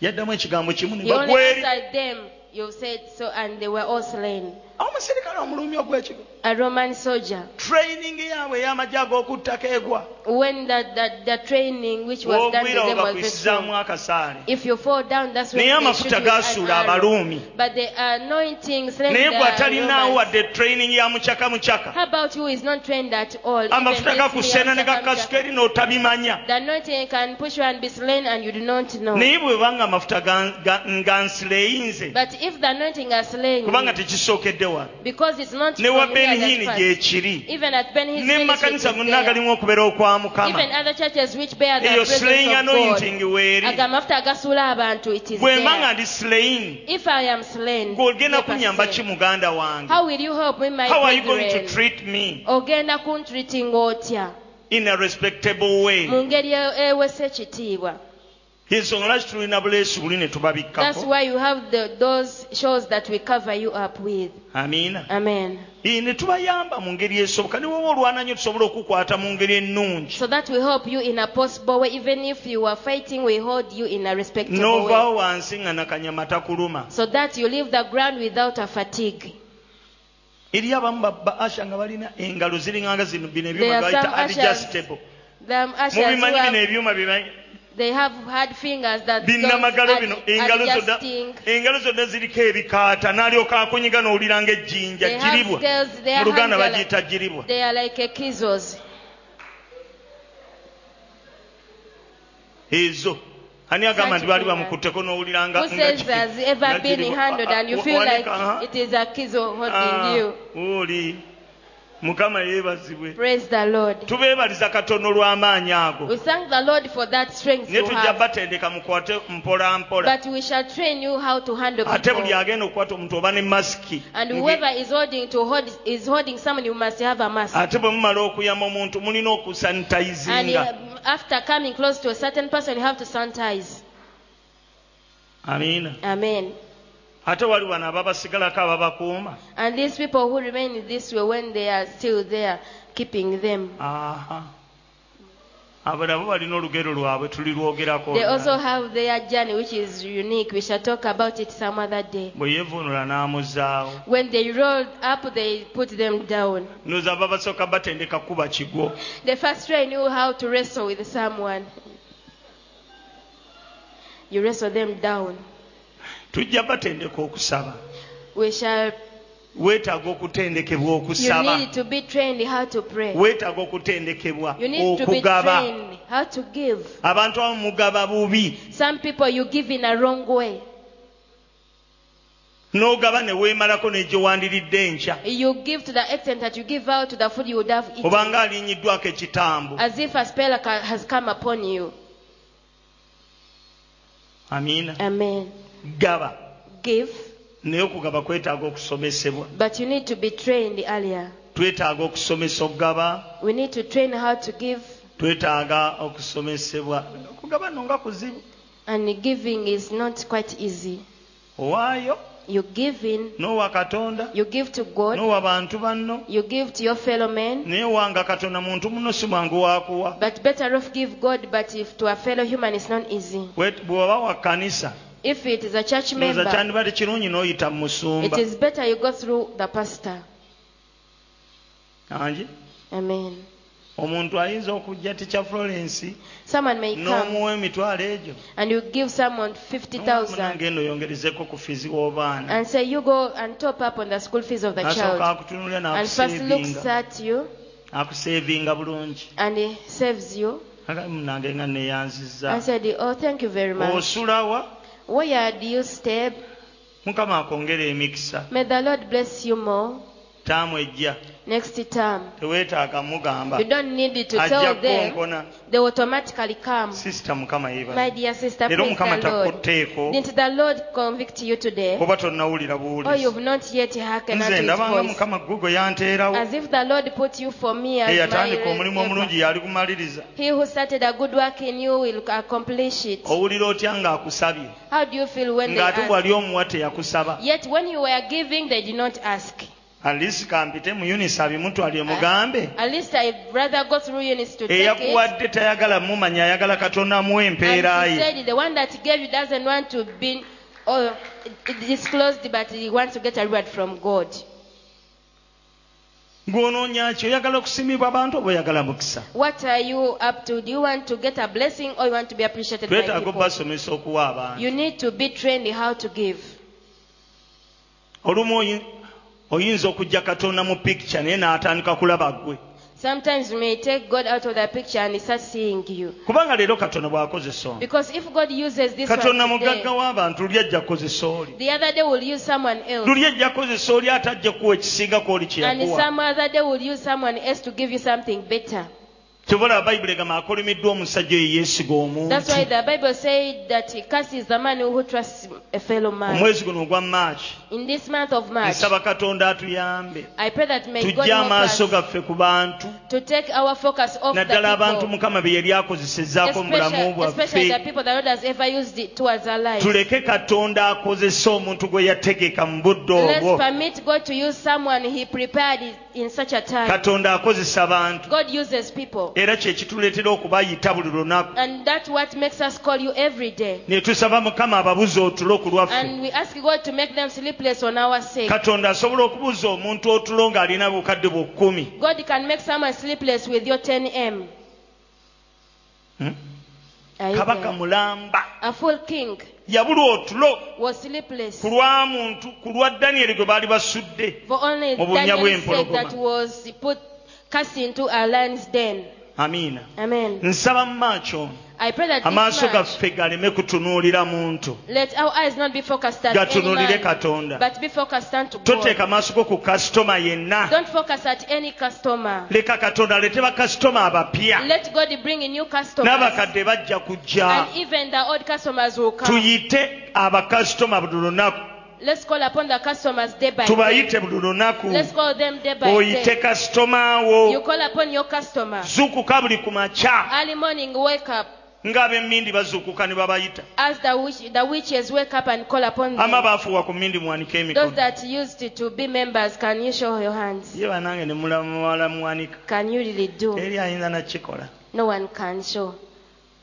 [SPEAKER 1] yaddamu ekigambo kimu ne
[SPEAKER 2] He only
[SPEAKER 1] bagweri
[SPEAKER 2] answered them, You said so, and they were all slain.
[SPEAKER 1] omusirikale omulumi ogw'ekigo
[SPEAKER 2] A Roman soldier.
[SPEAKER 1] training yaabwe ey'amagye ag'okuttako egwa
[SPEAKER 2] When the, the, the training which was done to
[SPEAKER 1] w'ogwira
[SPEAKER 2] them was very
[SPEAKER 1] obakwisizzaamu
[SPEAKER 2] strong.
[SPEAKER 1] akasaale
[SPEAKER 2] If you fall down, that's when
[SPEAKER 1] naye
[SPEAKER 2] they shoot
[SPEAKER 1] amafuta
[SPEAKER 2] you as an
[SPEAKER 1] gaasuula
[SPEAKER 2] arrow.
[SPEAKER 1] abaluumi
[SPEAKER 2] But the anointing slain
[SPEAKER 1] naye
[SPEAKER 2] the
[SPEAKER 1] gwe atalinaawo
[SPEAKER 2] Romans.
[SPEAKER 1] wadde training ya mucaka mucaka
[SPEAKER 2] How about who is not trained at all? Even
[SPEAKER 1] amafuta
[SPEAKER 2] this
[SPEAKER 1] gakuseena
[SPEAKER 2] mere
[SPEAKER 1] ne gakasuka
[SPEAKER 2] circumcision.
[SPEAKER 1] eri n'otabimanya
[SPEAKER 2] The anointing can push you and be slain and you do not know.
[SPEAKER 1] naye bwe banga amafuta ga- ga- nga nsileyinze
[SPEAKER 2] But if the anointing has slain
[SPEAKER 1] kubanga
[SPEAKER 2] you,
[SPEAKER 1] tekisookedde wano
[SPEAKER 2] because it's not
[SPEAKER 1] ne
[SPEAKER 2] from
[SPEAKER 1] wa
[SPEAKER 2] here that
[SPEAKER 1] benihini
[SPEAKER 2] first,
[SPEAKER 1] gyekiri
[SPEAKER 2] even at Ben His
[SPEAKER 1] ne mu
[SPEAKER 2] ministry
[SPEAKER 1] makanisa
[SPEAKER 2] it is
[SPEAKER 1] gonna
[SPEAKER 2] there.
[SPEAKER 1] agalimu okubeera okwa mukama
[SPEAKER 2] even other churches which bear the
[SPEAKER 1] eyo
[SPEAKER 2] presence
[SPEAKER 1] slaying
[SPEAKER 2] of God.
[SPEAKER 1] anointing weeri
[SPEAKER 2] agamafuta agasuula abantu it is
[SPEAKER 1] bwe mba
[SPEAKER 2] there.
[SPEAKER 1] nga ndi slaying
[SPEAKER 2] If I am slain,
[SPEAKER 1] ng'ogenda
[SPEAKER 2] let us
[SPEAKER 1] kunyamba
[SPEAKER 2] say,
[SPEAKER 1] ki muganda wange
[SPEAKER 2] How will you help me, my
[SPEAKER 1] how are you going to
[SPEAKER 2] brethren?
[SPEAKER 1] treat me
[SPEAKER 2] Ogenda kuntreatinga otya?
[SPEAKER 1] in a respectable way
[SPEAKER 2] Mu ngeri e- ewesa ekitiibwa.
[SPEAKER 1] ensonga lwaki tulina buleesi buli ne
[SPEAKER 2] That's
[SPEAKER 1] tubabikkako
[SPEAKER 2] why you have the, those shows that we cover you up with.
[SPEAKER 1] amiina
[SPEAKER 2] Amen.
[SPEAKER 1] Eh, ne tubayamba mu ngeri esoboka ne woba olwana nnyo tusobole okukwata mu ngeri ennungi
[SPEAKER 2] So that we help you in a possible way. Even if you are fighting, we hold you in a respectable way.
[SPEAKER 1] n'ovaawo wansi nga nakanyama takuluma
[SPEAKER 2] So that you leave the ground without a fatigue.
[SPEAKER 1] eri abamu ba- ba asha nga balina engalo ziringanga zino bino
[SPEAKER 2] There
[SPEAKER 1] ebyuma
[SPEAKER 2] are
[SPEAKER 1] bayita
[SPEAKER 2] some ushers-
[SPEAKER 1] adjustable
[SPEAKER 2] Them ushers who
[SPEAKER 1] mubimanyi bino
[SPEAKER 2] have,
[SPEAKER 1] ebyuma bimanyi
[SPEAKER 2] they have hard fingers that
[SPEAKER 1] binnamagalo bino
[SPEAKER 2] don't
[SPEAKER 1] engalo
[SPEAKER 2] ad-
[SPEAKER 1] zonna
[SPEAKER 2] adjusting.
[SPEAKER 1] engalo zonna ziriko ebikaata n'alyoka akunyiga n'owulira ng'ejjinja
[SPEAKER 2] They have
[SPEAKER 1] jiribwa
[SPEAKER 2] scales, they
[SPEAKER 1] mu
[SPEAKER 2] are
[SPEAKER 1] luganda
[SPEAKER 2] hands are
[SPEAKER 1] bagiyita jiribwa
[SPEAKER 2] They are like a kizos.
[SPEAKER 1] ezo ani agamba nti
[SPEAKER 2] Such
[SPEAKER 1] baali
[SPEAKER 2] fingers.
[SPEAKER 1] bamukutteko n'owulira nga
[SPEAKER 2] Who says has ever been handled and you feel like it is a kizo holding you?
[SPEAKER 1] oli Ah, mukama yeebazibwe
[SPEAKER 2] Praise the Lord.
[SPEAKER 1] tubeebaliza katono olw'amaanyi
[SPEAKER 2] We
[SPEAKER 1] ago
[SPEAKER 2] thank the Lord for that strength
[SPEAKER 1] naye
[SPEAKER 2] you
[SPEAKER 1] tujja
[SPEAKER 2] have.
[SPEAKER 1] batendeka mukwate mpola mpola
[SPEAKER 2] But we shall train you how to handle
[SPEAKER 1] ate buli
[SPEAKER 2] people.
[SPEAKER 1] agenda okukwata omuntu oba ne masiki
[SPEAKER 2] And whoever is holding to hold is holding someone, you must have a mask.
[SPEAKER 1] ate bwe mumala okuyamba omuntu mulina
[SPEAKER 2] And
[SPEAKER 1] okusanitayizinga
[SPEAKER 2] uh, after coming close to a certain person, you have to sanitize.
[SPEAKER 1] amiina
[SPEAKER 2] Amen.
[SPEAKER 1] ate wali wano ababasigalako ababakuuma
[SPEAKER 2] And these people who remain in this way when they are still there, keeping them,
[SPEAKER 1] aha abo nabo balina olugero lwabwe tulilwogerako
[SPEAKER 2] they also have their journey which is unique. We shall talk about it some other day.
[SPEAKER 1] bwe yeevuunula n'amuzaawo
[SPEAKER 2] When they rolled up, they put them down.
[SPEAKER 1] noza ababasooka batendeka kuba kigo
[SPEAKER 2] The first try knew how to wrestle with someone. You wrestle them down.
[SPEAKER 1] tujja batendeka okusaba
[SPEAKER 2] We shall.
[SPEAKER 1] weetaaga okutendekebwa
[SPEAKER 2] You
[SPEAKER 1] okusaba
[SPEAKER 2] need to be trained how to pray.
[SPEAKER 1] weetaaga okutendekebwa
[SPEAKER 2] You need to be
[SPEAKER 1] okugaba
[SPEAKER 2] trained how to give.
[SPEAKER 1] abantu abamu mugaba bubi
[SPEAKER 2] Some people you give in a wrong way.
[SPEAKER 1] n'ogaba ne weemalako n'egyowandiridde enkya
[SPEAKER 2] You give to the extent that you give out to the food you would have eaten,
[SPEAKER 1] obanga alinyiddwako ekitambo
[SPEAKER 2] as if a spell ca- has come upon you.
[SPEAKER 1] amiina
[SPEAKER 2] Amen.
[SPEAKER 1] gaba
[SPEAKER 2] Give,
[SPEAKER 1] naye okugaba kwetaaga okusomesebwa
[SPEAKER 2] but you need to be trained earlier.
[SPEAKER 1] twetaaga okusomesa okugaba
[SPEAKER 2] We need to train how to give,
[SPEAKER 1] twetaaga okusomesebwa okugaba no nga kuzibu
[SPEAKER 2] and giving is not quite easy.
[SPEAKER 1] owaayo
[SPEAKER 2] You give in,
[SPEAKER 1] n'owa katonda
[SPEAKER 2] you give to God,
[SPEAKER 1] n'owa bantu banno
[SPEAKER 2] you give to your fellow men,
[SPEAKER 1] naye wanga katonda muntu muno si mwangu waakuwa
[SPEAKER 2] but better off give God, but if to a fellow human it's not easy.
[SPEAKER 1] Bwe- bw'oba wa kkanisa
[SPEAKER 2] If it is a church
[SPEAKER 1] nza
[SPEAKER 2] member,
[SPEAKER 1] kyandiba tekirungi n'oyita mu musumba
[SPEAKER 2] It is better you go through the pastor.
[SPEAKER 1] angi
[SPEAKER 2] Amen.
[SPEAKER 1] omuntu ayinza okujja tikya florence
[SPEAKER 2] Someone may come
[SPEAKER 1] n'omuwa emitwalo egyo
[SPEAKER 2] and you give someone 50,000
[SPEAKER 1] munangenda oyongerezeko ku fizi w'obaana
[SPEAKER 2] and say, You go and top up on the school fees of the
[SPEAKER 1] n'asooka
[SPEAKER 2] child.
[SPEAKER 1] akutunulira
[SPEAKER 2] And first looks
[SPEAKER 1] n'akuseevinga
[SPEAKER 2] at you
[SPEAKER 1] akuseevinga bulungi
[SPEAKER 2] and he saves you
[SPEAKER 1] Aga, munange nga neyanzizza
[SPEAKER 2] and said, Oh, thank you very much.
[SPEAKER 1] osulawa
[SPEAKER 2] Where do you stay?
[SPEAKER 1] mukama akongera emikisa
[SPEAKER 2] May the Lord bless you more
[SPEAKER 1] taamu ejja
[SPEAKER 2] next term.
[SPEAKER 1] teweetaaga mugamba
[SPEAKER 2] You don't need to
[SPEAKER 1] ajja
[SPEAKER 2] tell them,
[SPEAKER 1] kukonkona
[SPEAKER 2] they automatically come.
[SPEAKER 1] sisita mukama yeebala
[SPEAKER 2] My dear sister,
[SPEAKER 1] era
[SPEAKER 2] praise
[SPEAKER 1] omukama
[SPEAKER 2] the Lord.
[SPEAKER 1] takutteeko
[SPEAKER 2] Didn't the Lord convict you today?
[SPEAKER 1] oba tonnawulira
[SPEAKER 2] Oh,
[SPEAKER 1] buwulizi
[SPEAKER 2] you've not yet hearkened unto
[SPEAKER 1] nze
[SPEAKER 2] his
[SPEAKER 1] ndabanga
[SPEAKER 2] voice.
[SPEAKER 1] mukama gwe gwe yanteerawo
[SPEAKER 2] As if the Lord put you for me as my
[SPEAKER 1] eyatandika omulimu
[SPEAKER 2] rescuer.
[SPEAKER 1] omulungi yali gumaliriza
[SPEAKER 2] He who started a good work in you will accomplish it.
[SPEAKER 1] owulira otya ng'akusabye
[SPEAKER 2] How do you feel when they
[SPEAKER 1] ng'ate
[SPEAKER 2] ask?
[SPEAKER 1] bwali omuwa teyakusaba
[SPEAKER 2] Yet when you were giving, they did not ask.
[SPEAKER 1] alisi kampite mu unisa bimutwalire mugambe
[SPEAKER 2] At least I rather go through units to take it.
[SPEAKER 1] eyakuwadde tayagala mumanya ayagala katonda amuwa empeera
[SPEAKER 2] And he
[SPEAKER 1] ye
[SPEAKER 2] said, the one that gave you doesn't want to be or disclosed, but he wants to get a reward from God.
[SPEAKER 1] gw'onoonyaki oyagala okusimibwa abantu oba oyagala mukisa
[SPEAKER 2] What are you up to? Do you want to get a blessing or you want to be appreciated by
[SPEAKER 1] twetaaga
[SPEAKER 2] people?
[SPEAKER 1] obbasomesa okuwa abantu
[SPEAKER 2] You need to be trained how to give.
[SPEAKER 1] olumu oyi- oyinza okujja katonda mu pikca naye n'atandika kulaba ggwe
[SPEAKER 2] Sometimes you may take God out of the picture and he starts seeing you.
[SPEAKER 1] kubanga leero katonda bw'akozesa ono
[SPEAKER 2] Because if God uses this
[SPEAKER 1] katonda
[SPEAKER 2] one today,
[SPEAKER 1] mugagga w'abantu luli ajja kukozesa oli
[SPEAKER 2] the other day will use someone else.
[SPEAKER 1] luli ajja kukozesa oli ate ajja kuwa ekisinga kwoli
[SPEAKER 2] And
[SPEAKER 1] kyeyakuwa
[SPEAKER 2] some other day will use someone else to give you something better.
[SPEAKER 1] kyobola bayibuli egamba akolimiddwa omusajja oyo yeesiga
[SPEAKER 2] That's
[SPEAKER 1] omuntu
[SPEAKER 2] why the Bible said that he curses the man who trusts a fellow man.
[SPEAKER 1] omwezi guno ogwa maaki
[SPEAKER 2] In this month of March,
[SPEAKER 1] nsaba katonda atuyambe
[SPEAKER 2] I pray that may God
[SPEAKER 1] tujje
[SPEAKER 2] help
[SPEAKER 1] amaaso
[SPEAKER 2] us
[SPEAKER 1] gaffe ku bantu
[SPEAKER 2] to take our focus off the
[SPEAKER 1] naddala abantu
[SPEAKER 2] people,
[SPEAKER 1] mukama be yali akozesezzaako mu bulamu
[SPEAKER 2] especially, especially the
[SPEAKER 1] bwaffe
[SPEAKER 2] people the Lord has ever used it towards our lives.
[SPEAKER 1] tuleke katonda akozesa omuntu gwe yategeka mu budde obwo
[SPEAKER 2] Let's permit God to use someone he prepared in such a time.
[SPEAKER 1] katonda akozesa bantu
[SPEAKER 2] God uses people.
[SPEAKER 1] era kyekituleetera okubayita buli lunaku
[SPEAKER 2] And that's what makes us call you every day.
[SPEAKER 1] ne tusaba mukama ababuze otulo ku lwaffe
[SPEAKER 2] And we ask God to make them sleepless on our sake.
[SPEAKER 1] katonda asobola okubuuza omuntu otulo ng'alina obukadde bwe kkumi
[SPEAKER 2] God can make someone sleepless with your 10 M.
[SPEAKER 1] Hmm?
[SPEAKER 2] Are you
[SPEAKER 1] kabaka
[SPEAKER 2] there?
[SPEAKER 1] mulamba
[SPEAKER 2] A full king
[SPEAKER 1] yabula otulo
[SPEAKER 2] was sleepless
[SPEAKER 1] ku lwa muntu ku lwa danyeri gwe baali basudde
[SPEAKER 2] for only
[SPEAKER 1] Mu bunnya
[SPEAKER 2] Daniel's sake
[SPEAKER 1] bw'empologoma.
[SPEAKER 2] that was put cast into a lion's den.
[SPEAKER 1] amiina
[SPEAKER 2] Amen.
[SPEAKER 1] nsaba mu maaki ono
[SPEAKER 2] I pray that this
[SPEAKER 1] amaaso
[SPEAKER 2] month,
[SPEAKER 1] gaffe galeme kutunuulira muntu
[SPEAKER 2] let our eyes not be focused on any
[SPEAKER 1] gatunuulire
[SPEAKER 2] man,
[SPEAKER 1] katonda
[SPEAKER 2] but be focused on to God.
[SPEAKER 1] toteeka maaso go ku kasitoma yenna
[SPEAKER 2] Don't focus at any customer.
[SPEAKER 1] leka katonda alete bakasitoma abapya
[SPEAKER 2] Let God bring in new customers.
[SPEAKER 1] n'abakadde bajja kujja
[SPEAKER 2] And even the old customers will come.
[SPEAKER 1] tuyite abakasitoma buli lunaku
[SPEAKER 2] Let's call upon the customers day by day.
[SPEAKER 1] tubayite buli lunaku
[SPEAKER 2] Let's call them day by
[SPEAKER 1] oyite
[SPEAKER 2] day.
[SPEAKER 1] kasitoma
[SPEAKER 2] You
[SPEAKER 1] wo
[SPEAKER 2] call upon your customer.
[SPEAKER 1] zuukuka buli ku makya
[SPEAKER 2] Early morning, wake up.
[SPEAKER 1] ng'ab'emmindi bazuukuka ne babayita
[SPEAKER 2] As the, witch, the witches wake up and call upon
[SPEAKER 1] ama
[SPEAKER 2] them.
[SPEAKER 1] baafuuwa ku mmindi mwanika
[SPEAKER 2] Mm. Those
[SPEAKER 1] emikono
[SPEAKER 2] that used to, to be members, can you show your hands?
[SPEAKER 1] ye banange ne mulaba muwala muwanika
[SPEAKER 2] Can you really do?
[SPEAKER 1] eri ayinza nakikola
[SPEAKER 2] No one can show.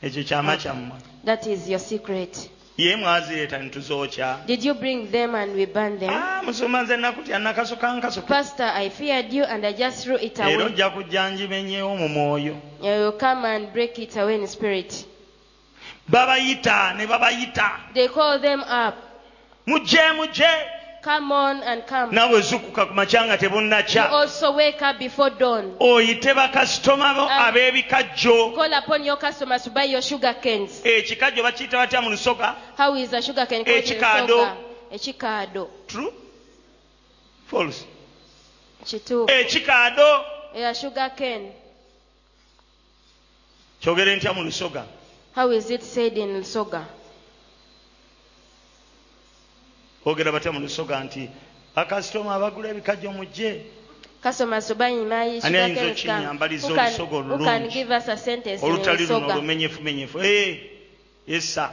[SPEAKER 1] ekyo kyama kyammwe
[SPEAKER 2] That is your secret.
[SPEAKER 1] ye mwazireeta ne tuzookya
[SPEAKER 2] Did you bring them and we burn them?
[SPEAKER 1] Ah, musoma nze ennaku tyannakasoka nkasoka
[SPEAKER 2] Pastor, I feared you and I just threw it
[SPEAKER 1] era
[SPEAKER 2] away.
[SPEAKER 1] ojja kujja njimenyeewo mu mwoyo
[SPEAKER 2] You will come and break it away in spirit.
[SPEAKER 1] babayita ne babayita
[SPEAKER 2] They call them up.
[SPEAKER 1] mujje mujje
[SPEAKER 2] Come on and come.
[SPEAKER 1] naawe zukuka ku makya nga
[SPEAKER 2] You
[SPEAKER 1] tebunnakya
[SPEAKER 2] also wake up before dawn.
[SPEAKER 1] oyite bakasitoma bo ab'ebikajjo
[SPEAKER 2] Call upon your customers to buy your sugar canes.
[SPEAKER 1] ekikajjo bakiyita batya mu lusoga
[SPEAKER 2] How is a sugar cane called in
[SPEAKER 1] Ekikado.
[SPEAKER 2] Soga? Ekikado.
[SPEAKER 1] true false
[SPEAKER 2] Chitu.
[SPEAKER 1] ekikaado
[SPEAKER 2] A sugar cane.
[SPEAKER 1] kyogere ntya mu lusoga
[SPEAKER 2] How is it said in Soga?
[SPEAKER 1] ogera batya mu lusoga nti bakasitoma abagula ebikajjo mujje
[SPEAKER 2] Customers to buy my sugar
[SPEAKER 1] Ani ayinza
[SPEAKER 2] canes come.
[SPEAKER 1] okinnyambaliza
[SPEAKER 2] Who can,
[SPEAKER 1] olusoga
[SPEAKER 2] who can
[SPEAKER 1] olulungi?
[SPEAKER 2] give us a sentence
[SPEAKER 1] olutali
[SPEAKER 2] in
[SPEAKER 1] luno
[SPEAKER 2] Soga?
[SPEAKER 1] olumenyefumenyefu Eh, esa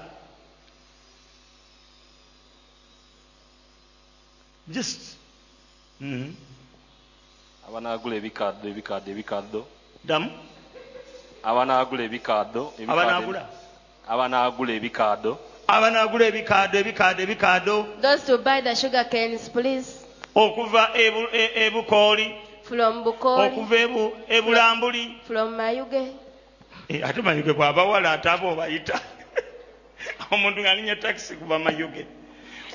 [SPEAKER 1] just Mhm.
[SPEAKER 3] abanaagula ebikaddo ebikaddo ebikaddo
[SPEAKER 1] ddamu
[SPEAKER 3] abanaagula ebikaddo ebikaddo-
[SPEAKER 1] abanaagula
[SPEAKER 3] abanaagula ebikaddo
[SPEAKER 1] abanaagula ebikaado ebikaado ebikaado
[SPEAKER 2] Those to buy the sugar canes, please.
[SPEAKER 1] okuva ebu- e- ebukooli
[SPEAKER 2] From Bukoli,
[SPEAKER 1] okuva ebu- ebulambuli
[SPEAKER 2] from Mayuge.
[SPEAKER 1] Eh, ate mayuge bwabawala ate aba obayita omuntu ng'alinya takisi kuba mayuge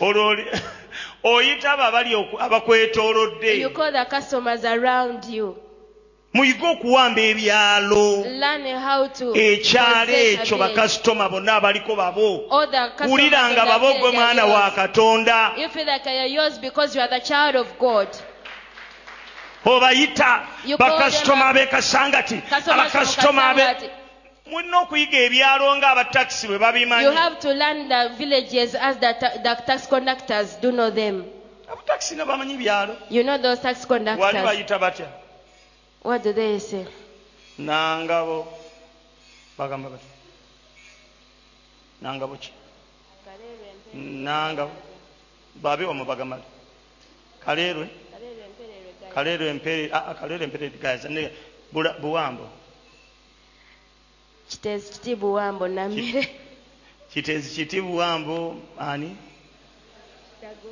[SPEAKER 1] olwo oli- oyita abo abali oku-
[SPEAKER 2] You
[SPEAKER 1] abakwetoolodde
[SPEAKER 2] call the customers around you.
[SPEAKER 1] muyige okuwamba ebyalo
[SPEAKER 2] Learn how to.
[SPEAKER 1] ekyalo
[SPEAKER 2] possess a
[SPEAKER 1] ekyo
[SPEAKER 2] village.
[SPEAKER 1] bakasitoma bonna abaliko babo
[SPEAKER 2] All the customers in
[SPEAKER 1] wuliranga
[SPEAKER 2] the
[SPEAKER 1] babo gwe
[SPEAKER 2] village are
[SPEAKER 1] mwana wa
[SPEAKER 2] yours.
[SPEAKER 1] katonda
[SPEAKER 2] You feel like you're yours because you are the child of God.
[SPEAKER 1] obayita
[SPEAKER 2] You call
[SPEAKER 1] bakasitoma
[SPEAKER 2] them
[SPEAKER 1] ab'ekasanga ti
[SPEAKER 2] Customers from
[SPEAKER 1] abakasitoma abe
[SPEAKER 2] Kasangati.
[SPEAKER 1] mulina okuyiga ebyalo ng'abatakisi bwe
[SPEAKER 2] You
[SPEAKER 1] babimanyi
[SPEAKER 2] have to learn the villages as the, ta- the tax conductors do know them.
[SPEAKER 1] abatakisi nga bamanyi byalo
[SPEAKER 2] You know those tax
[SPEAKER 1] wali
[SPEAKER 2] conductors.
[SPEAKER 1] bayita batya
[SPEAKER 2] What do they say?
[SPEAKER 1] nangabo bagamba batya nangabo ki nangabo babe omu bagamba batya? kaleerwe kaleero empere aa kaleero empere tigaza ne bula- buwambo
[SPEAKER 2] Kiteezi kiti buwambo namire.
[SPEAKER 1] kitezi kiti buwambo ani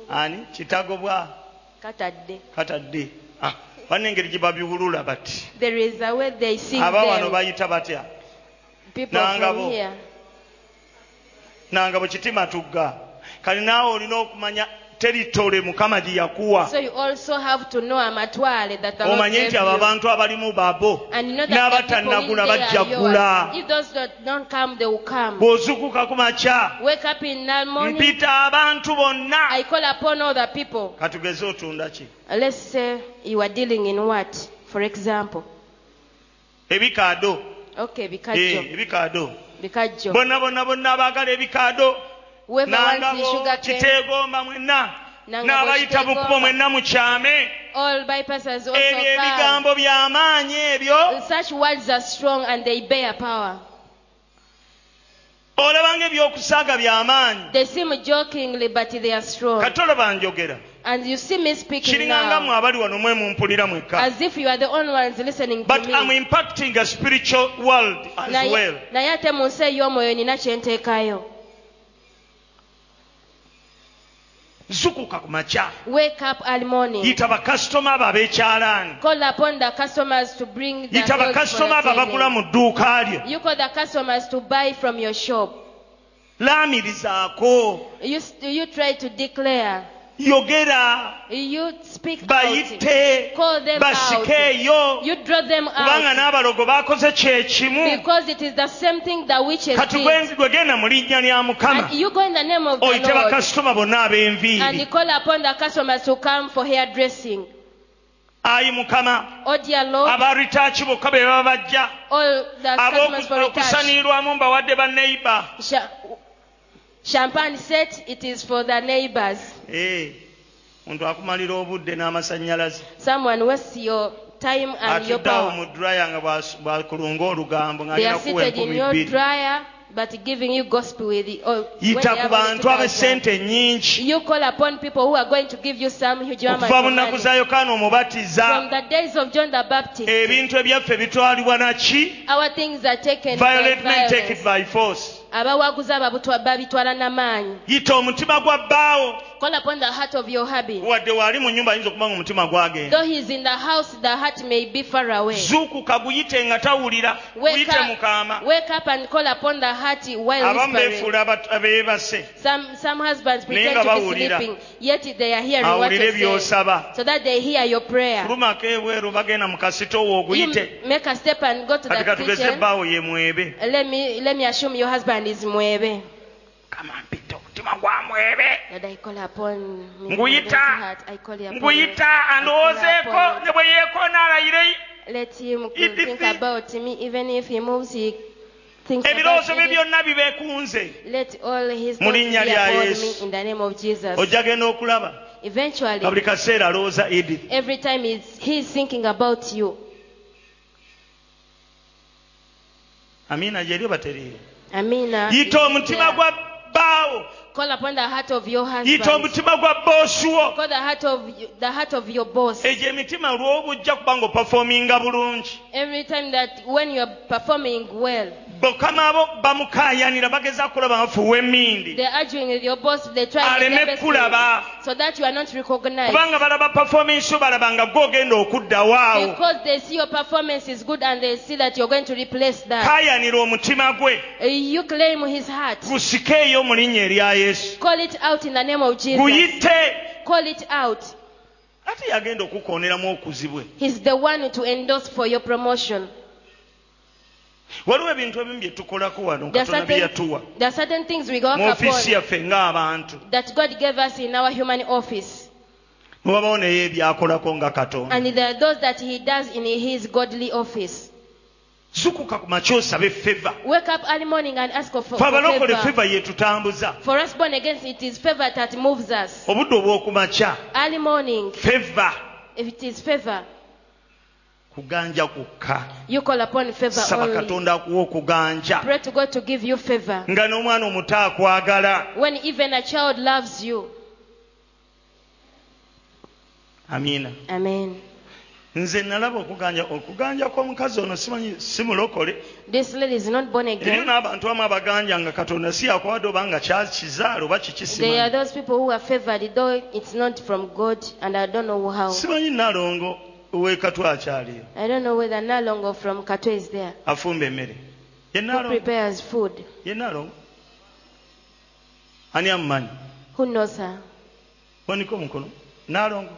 [SPEAKER 1] ani kitagobwa
[SPEAKER 2] Katadde.
[SPEAKER 1] katadde Ah, banengeri gye babiwulula bati
[SPEAKER 2] There is a way they sing
[SPEAKER 1] aba wano
[SPEAKER 2] them.
[SPEAKER 1] bayita batya
[SPEAKER 2] People from
[SPEAKER 1] Nangabo.
[SPEAKER 2] here.
[SPEAKER 1] nanga bwe kitima tugga kale naawe olina okumanya teritole mukama gye yakuwa
[SPEAKER 2] So you also have to know amatwale that the Lord
[SPEAKER 1] omanye
[SPEAKER 2] gave
[SPEAKER 1] nti abo
[SPEAKER 2] you.
[SPEAKER 1] abantu abalimu babo
[SPEAKER 2] And you know that the people in
[SPEAKER 1] n'abatannagula bajja
[SPEAKER 2] there are
[SPEAKER 1] kugula
[SPEAKER 2] yours. If those that don't come, they will come.
[SPEAKER 1] bw'ozukuka ku makya
[SPEAKER 2] Wake up in the morning.
[SPEAKER 1] mpita abantu bonna
[SPEAKER 2] I call upon all the people.
[SPEAKER 1] katugeze otunda ki
[SPEAKER 2] Let's say you are dealing in what? For example.
[SPEAKER 1] ebikaado
[SPEAKER 2] Okay,
[SPEAKER 1] Eh,
[SPEAKER 2] bikajjo.
[SPEAKER 1] ebikaado
[SPEAKER 2] Bikajjo.
[SPEAKER 1] bonna bonna bonna abaagala ebikaado
[SPEAKER 2] Whoever wants the
[SPEAKER 1] nangabo
[SPEAKER 2] sugar cane,
[SPEAKER 1] kiteegomba mwenna
[SPEAKER 2] Nangabo,
[SPEAKER 1] n'abayita mu kkubo
[SPEAKER 2] kiteegomba.
[SPEAKER 1] mwenna mukyame
[SPEAKER 2] all bypassers also
[SPEAKER 1] ebyo
[SPEAKER 2] come.
[SPEAKER 1] ebigambo by'amaanyi ebyo
[SPEAKER 2] Such words are strong and they bear power.
[SPEAKER 1] olabanga ebyokusaaga by'amaanyi
[SPEAKER 2] They seem jokingly, but they are strong.
[SPEAKER 1] katola banjogera
[SPEAKER 2] And you see me speaking
[SPEAKER 1] kiringanga mwe
[SPEAKER 2] Oh. now
[SPEAKER 1] abali wano mwe mumpulira mwekka
[SPEAKER 2] as if you are the only ones listening to
[SPEAKER 1] but am
[SPEAKER 2] me.
[SPEAKER 1] impacting a spiritual world as well
[SPEAKER 2] Naye naye ate mu nsi ey'omwoyo nina kye nteekayo.
[SPEAKER 1] zukuka ku makya
[SPEAKER 2] Wake up early morning.
[SPEAKER 1] yita bakasitoma abo ab'ekyalaani
[SPEAKER 2] Call upon the customers to bring the
[SPEAKER 1] yita
[SPEAKER 2] goods for
[SPEAKER 1] bakasitoma abo
[SPEAKER 2] the
[SPEAKER 1] abagula
[SPEAKER 2] table.
[SPEAKER 1] mu dduuka lyo
[SPEAKER 2] You call the customers to buy from your shop.
[SPEAKER 1] laamirizaako
[SPEAKER 2] You, s- you try to declare.
[SPEAKER 1] yogera
[SPEAKER 2] You speak out.
[SPEAKER 1] bayite
[SPEAKER 2] Call them
[SPEAKER 1] basikeeyo
[SPEAKER 2] You draw them
[SPEAKER 1] kubanga
[SPEAKER 2] out.
[SPEAKER 1] n'abalogo baakoze kyekimu
[SPEAKER 2] Because it is the same thing that witches did.
[SPEAKER 1] katugwenzi gwe genda mu linnya lya mukama
[SPEAKER 2] And you go in the name of the
[SPEAKER 1] oyite
[SPEAKER 2] Lord.
[SPEAKER 1] bakasitoma bonna
[SPEAKER 2] And you
[SPEAKER 1] ab'enviiri
[SPEAKER 2] call upon the customers to come for hairdressing.
[SPEAKER 1] ayi mukama
[SPEAKER 2] Oh dear Lord,
[SPEAKER 1] abaritaaki bokka be baba bajja
[SPEAKER 2] all the customers for retouch.
[SPEAKER 1] ab'okusanirwamu mbawadde banneiba
[SPEAKER 2] Sha- Champagne said it is for the neighbors.
[SPEAKER 1] Eh, muntu akumalira obudde n'amasannyalaze
[SPEAKER 2] Someone wastes your time and your
[SPEAKER 1] atuddeawo mu
[SPEAKER 2] power.
[SPEAKER 1] draya nga bw'asu- bw'akulunga olugambo
[SPEAKER 2] They
[SPEAKER 1] ng'alina
[SPEAKER 2] are
[SPEAKER 1] kuwa
[SPEAKER 2] seated in
[SPEAKER 1] enkumi
[SPEAKER 2] your
[SPEAKER 1] bbiri
[SPEAKER 2] dryer but giving you gospel with the, or when they
[SPEAKER 1] yita ku
[SPEAKER 2] have only
[SPEAKER 1] bantu
[SPEAKER 2] 2,000.
[SPEAKER 1] ab'essente ennyingi
[SPEAKER 2] You call upon people who are going to give you some huge amount
[SPEAKER 1] okuva mu
[SPEAKER 2] of
[SPEAKER 1] nnaku
[SPEAKER 2] money.
[SPEAKER 1] za yokaana
[SPEAKER 2] From
[SPEAKER 1] omubatiza
[SPEAKER 2] the days of John the Baptist,
[SPEAKER 1] ebintu ebyaffe bitwalibwa naki
[SPEAKER 2] our things are taken by
[SPEAKER 1] violate men take it
[SPEAKER 2] violence.
[SPEAKER 1] by force
[SPEAKER 2] abawaguza babutwa- babitwala n'amaanyi
[SPEAKER 1] yita omutima gwa bbaawo
[SPEAKER 2] call upon the heart of your hubby
[SPEAKER 1] wadde waali mu nyumba ayinza okuba nga omutima gwagenda
[SPEAKER 2] though he is in the house the heart may be far away
[SPEAKER 1] zuukuka guyite nga tawulira
[SPEAKER 2] wake
[SPEAKER 1] guyite mu
[SPEAKER 2] up,
[SPEAKER 1] kaama
[SPEAKER 2] wake up and call upon the heart while
[SPEAKER 1] abamu
[SPEAKER 2] whispering
[SPEAKER 1] beefuula abat- abeebase
[SPEAKER 2] some, some husbands pretend
[SPEAKER 1] Naye nga
[SPEAKER 2] to be
[SPEAKER 1] bawulira.
[SPEAKER 2] sleeping yet they are hearing what
[SPEAKER 1] awulire
[SPEAKER 2] you say
[SPEAKER 1] by'osaba
[SPEAKER 2] so that they hear your prayer
[SPEAKER 1] kulumako ebweru bagenda mu kasitoowa
[SPEAKER 2] you
[SPEAKER 1] oguyite
[SPEAKER 2] m- make a step and go to
[SPEAKER 1] kati
[SPEAKER 2] the
[SPEAKER 1] katugeze
[SPEAKER 2] kitchen
[SPEAKER 1] ebbaawo ye mwebe
[SPEAKER 2] let me, let me assume your husband is mwebe
[SPEAKER 1] kama mpita omutima gwa mwebe
[SPEAKER 2] That I call upon me
[SPEAKER 1] Nguyita.
[SPEAKER 2] with that heart. I call upon you.
[SPEAKER 1] nguyita
[SPEAKER 2] I call
[SPEAKER 1] andowoozeeko
[SPEAKER 2] upon
[SPEAKER 1] ne bwe yeekoona alayire
[SPEAKER 2] you. Let him
[SPEAKER 1] If-
[SPEAKER 2] think
[SPEAKER 1] if-
[SPEAKER 2] about me, even if he moves, he thinks
[SPEAKER 1] ebirowoozo
[SPEAKER 2] about
[SPEAKER 1] bye
[SPEAKER 2] me.
[SPEAKER 1] byonna bibeekunze
[SPEAKER 2] Let all his
[SPEAKER 1] Mu
[SPEAKER 2] thoughts be
[SPEAKER 1] linnya lya
[SPEAKER 2] upon
[SPEAKER 1] Yesu.
[SPEAKER 2] me in the name of Jesus.
[SPEAKER 1] ojja genda okulaba nga buli
[SPEAKER 2] Eventually,
[SPEAKER 1] kaseera alowooza edith
[SPEAKER 2] every time he's, he's thinking about you.
[SPEAKER 1] amiina gyeri oba teriiyo
[SPEAKER 2] I mean, uh,
[SPEAKER 1] yita
[SPEAKER 2] it's
[SPEAKER 1] omutima
[SPEAKER 2] there.
[SPEAKER 1] gwa bbaawo
[SPEAKER 2] call upon the heart of your husband.
[SPEAKER 1] yita omutima gwa boosuwo
[SPEAKER 2] Call the heart of y- the heart of your boss.
[SPEAKER 1] egyo emitima olw'obujja kuba ng'opafoominga bulungi
[SPEAKER 2] Every time that when you are performing well,
[SPEAKER 1] bokama bo bamukaayanira bageza kulaba bafuuwa emmindi
[SPEAKER 2] They're arguing with your boss. They try to
[SPEAKER 1] Aleme
[SPEAKER 2] their best
[SPEAKER 1] kulaba.
[SPEAKER 2] to- so that you are not recognized.
[SPEAKER 1] kubanga balaba performansi yo balaba nga gwe ogenda okuddawaawo
[SPEAKER 2] Because they see your performance is good and they see that you're going to replace that.
[SPEAKER 1] kaayanira omutima gwe
[SPEAKER 2] Uh, You claim his heart.
[SPEAKER 1] gusikeeyo mu linnya erya yesu
[SPEAKER 2] Call it out in the name of Jesus.
[SPEAKER 1] guyite
[SPEAKER 2] Call it out.
[SPEAKER 1] ate yagenda okukooneramu okuzibwe
[SPEAKER 2] He's the one to endorse for your promotion.
[SPEAKER 1] waliwo ebintu ebimu bye tukolako wano
[SPEAKER 2] There are
[SPEAKER 1] katonda bye
[SPEAKER 2] certain,
[SPEAKER 1] yatuwa
[SPEAKER 2] there are certain things we go
[SPEAKER 1] mu ofiisi
[SPEAKER 2] upon
[SPEAKER 1] yaffe ng'abantu
[SPEAKER 2] that God gave us in our human office.
[SPEAKER 1] newabawo naye ebyakolako nga katonda
[SPEAKER 2] And there are those that he does in his godly office.
[SPEAKER 1] zukuka ku makya osabe feva
[SPEAKER 2] Wake up early morning and ask for, for
[SPEAKER 1] fe abalokole
[SPEAKER 2] favor.
[SPEAKER 1] feva yetutambuza
[SPEAKER 2] For us born against it is favor that moves us.
[SPEAKER 1] obudde obw'okumakya
[SPEAKER 2] Early morning,
[SPEAKER 1] feva
[SPEAKER 2] if it is favor,
[SPEAKER 1] kuganja kukka
[SPEAKER 2] you call upon favor
[SPEAKER 1] saba
[SPEAKER 2] only.
[SPEAKER 1] katonda akuwa okuganja
[SPEAKER 2] Pray to God to give you favor.
[SPEAKER 1] nga n'omwana omuto akwagala
[SPEAKER 2] When even a child loves you.
[SPEAKER 1] amiina
[SPEAKER 2] Amen.
[SPEAKER 1] nze nalaba okuganja okuganja kw'omukazi ono simanyi simulokole
[SPEAKER 2] This lady is not born
[SPEAKER 1] eriyo
[SPEAKER 2] again.
[SPEAKER 1] n'abantu abamu abaganja nga katonda si yakwadde oba nga kyakizaala oba
[SPEAKER 2] There are
[SPEAKER 1] kikisimanyi
[SPEAKER 2] those people who are favored, though it's not from God, and I don't know how.
[SPEAKER 1] simanyi nalongo owekatwa akyaliyo
[SPEAKER 2] I don't know whether Nalong or from Kato is there.
[SPEAKER 1] afumba emmere ye
[SPEAKER 2] Who
[SPEAKER 1] nalongo
[SPEAKER 2] prepares food?
[SPEAKER 1] ye nalongo ani amumanyi
[SPEAKER 2] Who knows her?
[SPEAKER 1] wanika omukono nalongo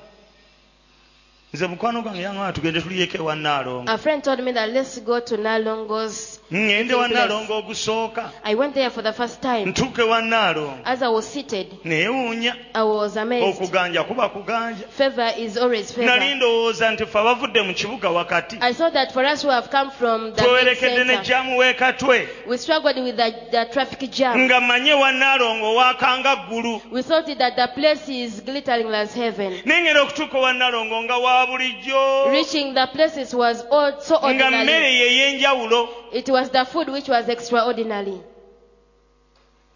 [SPEAKER 1] nze mukwano gwange yaŋaa tugende tuliyeko ewa nalongo
[SPEAKER 2] A friend told me that let's go to Nalongo's.
[SPEAKER 1] ŋŋende wa nalongo ogusooka
[SPEAKER 2] I went there for the first time.
[SPEAKER 1] ntuuke wa nalongo
[SPEAKER 2] As I was seated,
[SPEAKER 1] neewuunya
[SPEAKER 2] I was amazed.
[SPEAKER 1] okuganja kuba kuganja
[SPEAKER 2] Favor is always
[SPEAKER 1] nali
[SPEAKER 2] favor.
[SPEAKER 1] ndowooza nti ffe abavudde mu kibuga wakati
[SPEAKER 2] I saw that for us who have come from the big
[SPEAKER 1] twewerekedde ne
[SPEAKER 2] center,
[SPEAKER 1] jamu w'ekatwe
[SPEAKER 2] we struggled with the, the traffic jam.
[SPEAKER 1] nga manye wa nalongo waakanga ggulu
[SPEAKER 2] We thought that the place is glittering as heaven.
[SPEAKER 1] naye ngenda okutuuka wa nalongo nga wa bulijjo
[SPEAKER 2] Reaching the places was all so
[SPEAKER 1] nga mmere
[SPEAKER 2] ordinary.
[SPEAKER 1] yeey'enjawulo
[SPEAKER 2] It was the food which was extraordinary.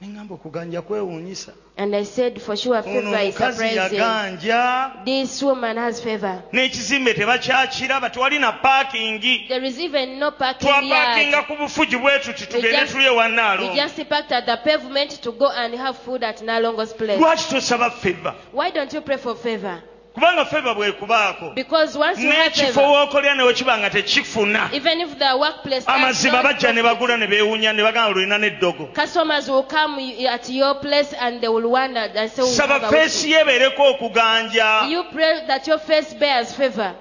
[SPEAKER 1] neŋamba okuganja kwewuunyisa
[SPEAKER 2] And I said, for sure,
[SPEAKER 1] ono
[SPEAKER 2] favor is
[SPEAKER 1] omukazi
[SPEAKER 2] surprising.
[SPEAKER 1] yaganja
[SPEAKER 2] This woman has favor.
[SPEAKER 1] n'ekizimbe tebakyakiraba tewali na paakingi
[SPEAKER 2] There is even no parking
[SPEAKER 1] twapakinga
[SPEAKER 2] yard.
[SPEAKER 1] ku bufugi bwe tuti tugende
[SPEAKER 2] just-
[SPEAKER 1] tuli ewa
[SPEAKER 2] We
[SPEAKER 1] naalongo
[SPEAKER 2] just parked at the pavement to go and have food at Nalongo's place.
[SPEAKER 1] lwaki tosaba feva
[SPEAKER 2] Why don't you pray for favor?
[SPEAKER 1] kubanga feva bwekubaako
[SPEAKER 2] Because once you have
[SPEAKER 1] n'ekifo
[SPEAKER 2] favor,
[SPEAKER 1] wookolera ne wekiba nga tekifuna
[SPEAKER 2] even if the workplace does
[SPEAKER 1] amaziba
[SPEAKER 2] not
[SPEAKER 1] bajja ne bagula ne beewuunya ne bagamba lulina n'eddogo
[SPEAKER 2] Customers will come at your place and they will wonder and say, "We have
[SPEAKER 1] saba
[SPEAKER 2] a
[SPEAKER 1] feesi
[SPEAKER 2] witness."
[SPEAKER 1] yeebeereko okuganja
[SPEAKER 2] You pray that your face bears favor.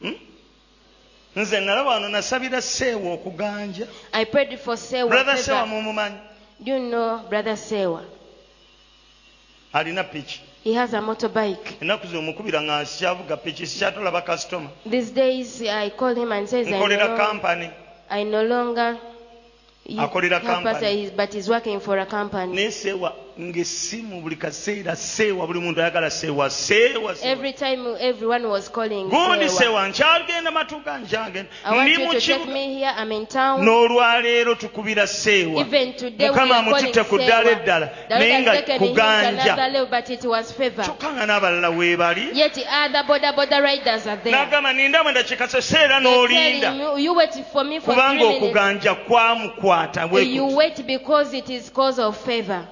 [SPEAKER 1] Hmm? nze nalaba wano nasabira seewa okuganja
[SPEAKER 2] I prayed for Sewa.
[SPEAKER 1] brother seewa
[SPEAKER 2] Favor.
[SPEAKER 1] mumumanyi
[SPEAKER 2] Do you know Brother Sewa?
[SPEAKER 1] alina piki
[SPEAKER 2] He has a motorbike.
[SPEAKER 1] ennaku zino mukubira nga sikyavuga piki sikyatolaba kasitoma
[SPEAKER 2] These days I call him and says, I
[SPEAKER 1] nkolera
[SPEAKER 2] no,
[SPEAKER 1] kampani
[SPEAKER 2] I no longer He-
[SPEAKER 1] Akolera
[SPEAKER 2] not pastor,
[SPEAKER 1] company.
[SPEAKER 2] he's- but he's working for a company.
[SPEAKER 1] naye seewa ngaessimu buli kaseera seewa buli muntu ayagala seewa seewa seewa.
[SPEAKER 2] Every time everyone was calling,
[SPEAKER 1] gundi
[SPEAKER 2] Sewa.
[SPEAKER 1] seewa nkyagenda matuka nkyagenda
[SPEAKER 2] I want
[SPEAKER 1] ndi
[SPEAKER 2] you
[SPEAKER 1] mu
[SPEAKER 2] to check
[SPEAKER 1] kibuga
[SPEAKER 2] me here. I'm in town.
[SPEAKER 1] n'olwaleero tukubira seewa
[SPEAKER 2] Even today we
[SPEAKER 1] mukama
[SPEAKER 2] are calling
[SPEAKER 1] amututte ku ddala
[SPEAKER 2] Sewa.
[SPEAKER 1] eddala
[SPEAKER 2] The Lord
[SPEAKER 1] naye nga
[SPEAKER 2] has taken him to
[SPEAKER 1] kuganja
[SPEAKER 2] another level, but it was favor.
[SPEAKER 1] kyokka nga n'abalala weebali
[SPEAKER 2] Yet other border border riders are there.
[SPEAKER 1] n'agamba ninda mwendakika seseera
[SPEAKER 2] They tell
[SPEAKER 1] n'olinda
[SPEAKER 2] him, you wait for me for three
[SPEAKER 1] kubanga
[SPEAKER 2] minutes.
[SPEAKER 1] okuganja kwamukwata bwe
[SPEAKER 2] You
[SPEAKER 1] kuti.
[SPEAKER 2] wait because it is cause of favor.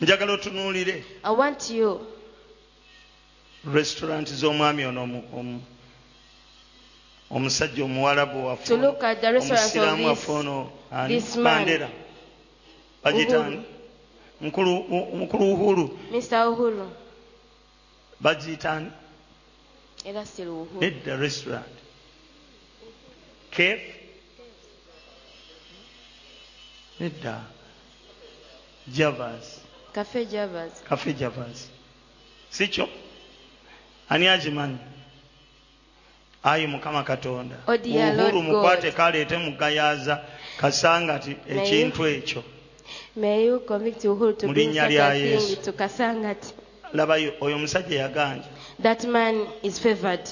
[SPEAKER 1] njagala otunuulire
[SPEAKER 2] I want you.
[SPEAKER 1] restaurant z'omwami ono omu- omu- omusajja omuwalabu waffe
[SPEAKER 2] To look at the restaurants of
[SPEAKER 1] omusiraamu
[SPEAKER 2] this-
[SPEAKER 1] waffe ono ani?
[SPEAKER 2] this man.
[SPEAKER 1] bandera bagiyitaani mukulu u- mukulu uhuru
[SPEAKER 2] Mr. Uhuru.
[SPEAKER 1] bagiyitaani
[SPEAKER 2] Era still Uhuru.
[SPEAKER 1] nedda restaurant kef nedda javas
[SPEAKER 2] Cafe Javas.
[SPEAKER 1] kafe javas sikyo ani agimanyi ayi mukama katonda
[SPEAKER 2] Oh dear Lord
[SPEAKER 1] Uhuru mukwate
[SPEAKER 2] God.
[SPEAKER 1] kaleete mugayaza kasangati
[SPEAKER 2] Naye-
[SPEAKER 1] ekintu ekyo
[SPEAKER 2] May you convict Uhuru to
[SPEAKER 1] Mu
[SPEAKER 2] bring
[SPEAKER 1] linnya
[SPEAKER 2] such
[SPEAKER 1] lya
[SPEAKER 2] a thing
[SPEAKER 1] Yesu.
[SPEAKER 2] to Kasangati.
[SPEAKER 1] labayo oyo omusajja yaganja
[SPEAKER 2] That man is favored.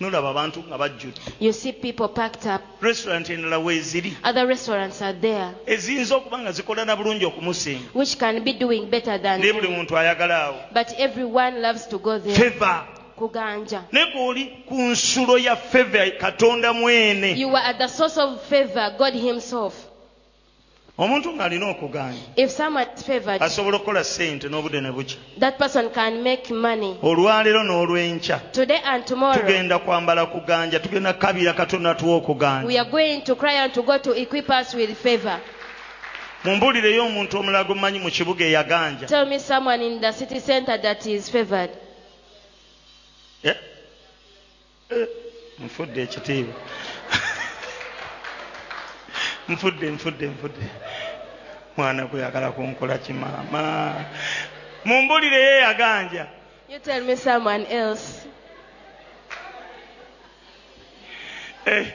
[SPEAKER 1] nolaba abantu nga bajjudde
[SPEAKER 2] You see people packed up.
[SPEAKER 1] restaurant endala weeziri
[SPEAKER 2] Other restaurants are there,
[SPEAKER 1] eziyinza okuba nga zikolana bulungi okumusinga
[SPEAKER 2] which can be doing better than
[SPEAKER 1] naye buli
[SPEAKER 2] him.
[SPEAKER 1] muntu ayagala awo
[SPEAKER 2] But everyone loves to go there.
[SPEAKER 1] feva
[SPEAKER 2] Kuganja.
[SPEAKER 1] ne gweoli ku nsulo ya feva katonda mwene
[SPEAKER 2] You were at the source of favor, God Himself.
[SPEAKER 1] omuntu ng'alina okuganya
[SPEAKER 2] If someone is favored,
[SPEAKER 1] asobola okukola ssente n'obudde ne bukya
[SPEAKER 2] that person can make money.
[SPEAKER 1] olwaleero n'olwenkya
[SPEAKER 2] Today and tomorrow,
[SPEAKER 1] tugenda kwambala kuganja tugenda kabira katonda tuwa
[SPEAKER 2] we
[SPEAKER 1] okuganja
[SPEAKER 2] are going to cry unto God to equip us with favor.
[SPEAKER 1] mumbuulireyo omuntu omulala gumanyi mu kibuga eyaganja
[SPEAKER 2] Tell me someone in the city center that is favored.
[SPEAKER 1] Eh? Eh, nfudde ekitiibwa nfudde nfudde nfudde mwana gweyagala kunkola kimaama mumbuulireyo eyaganja
[SPEAKER 2] You tell me someone else.
[SPEAKER 1] Eh,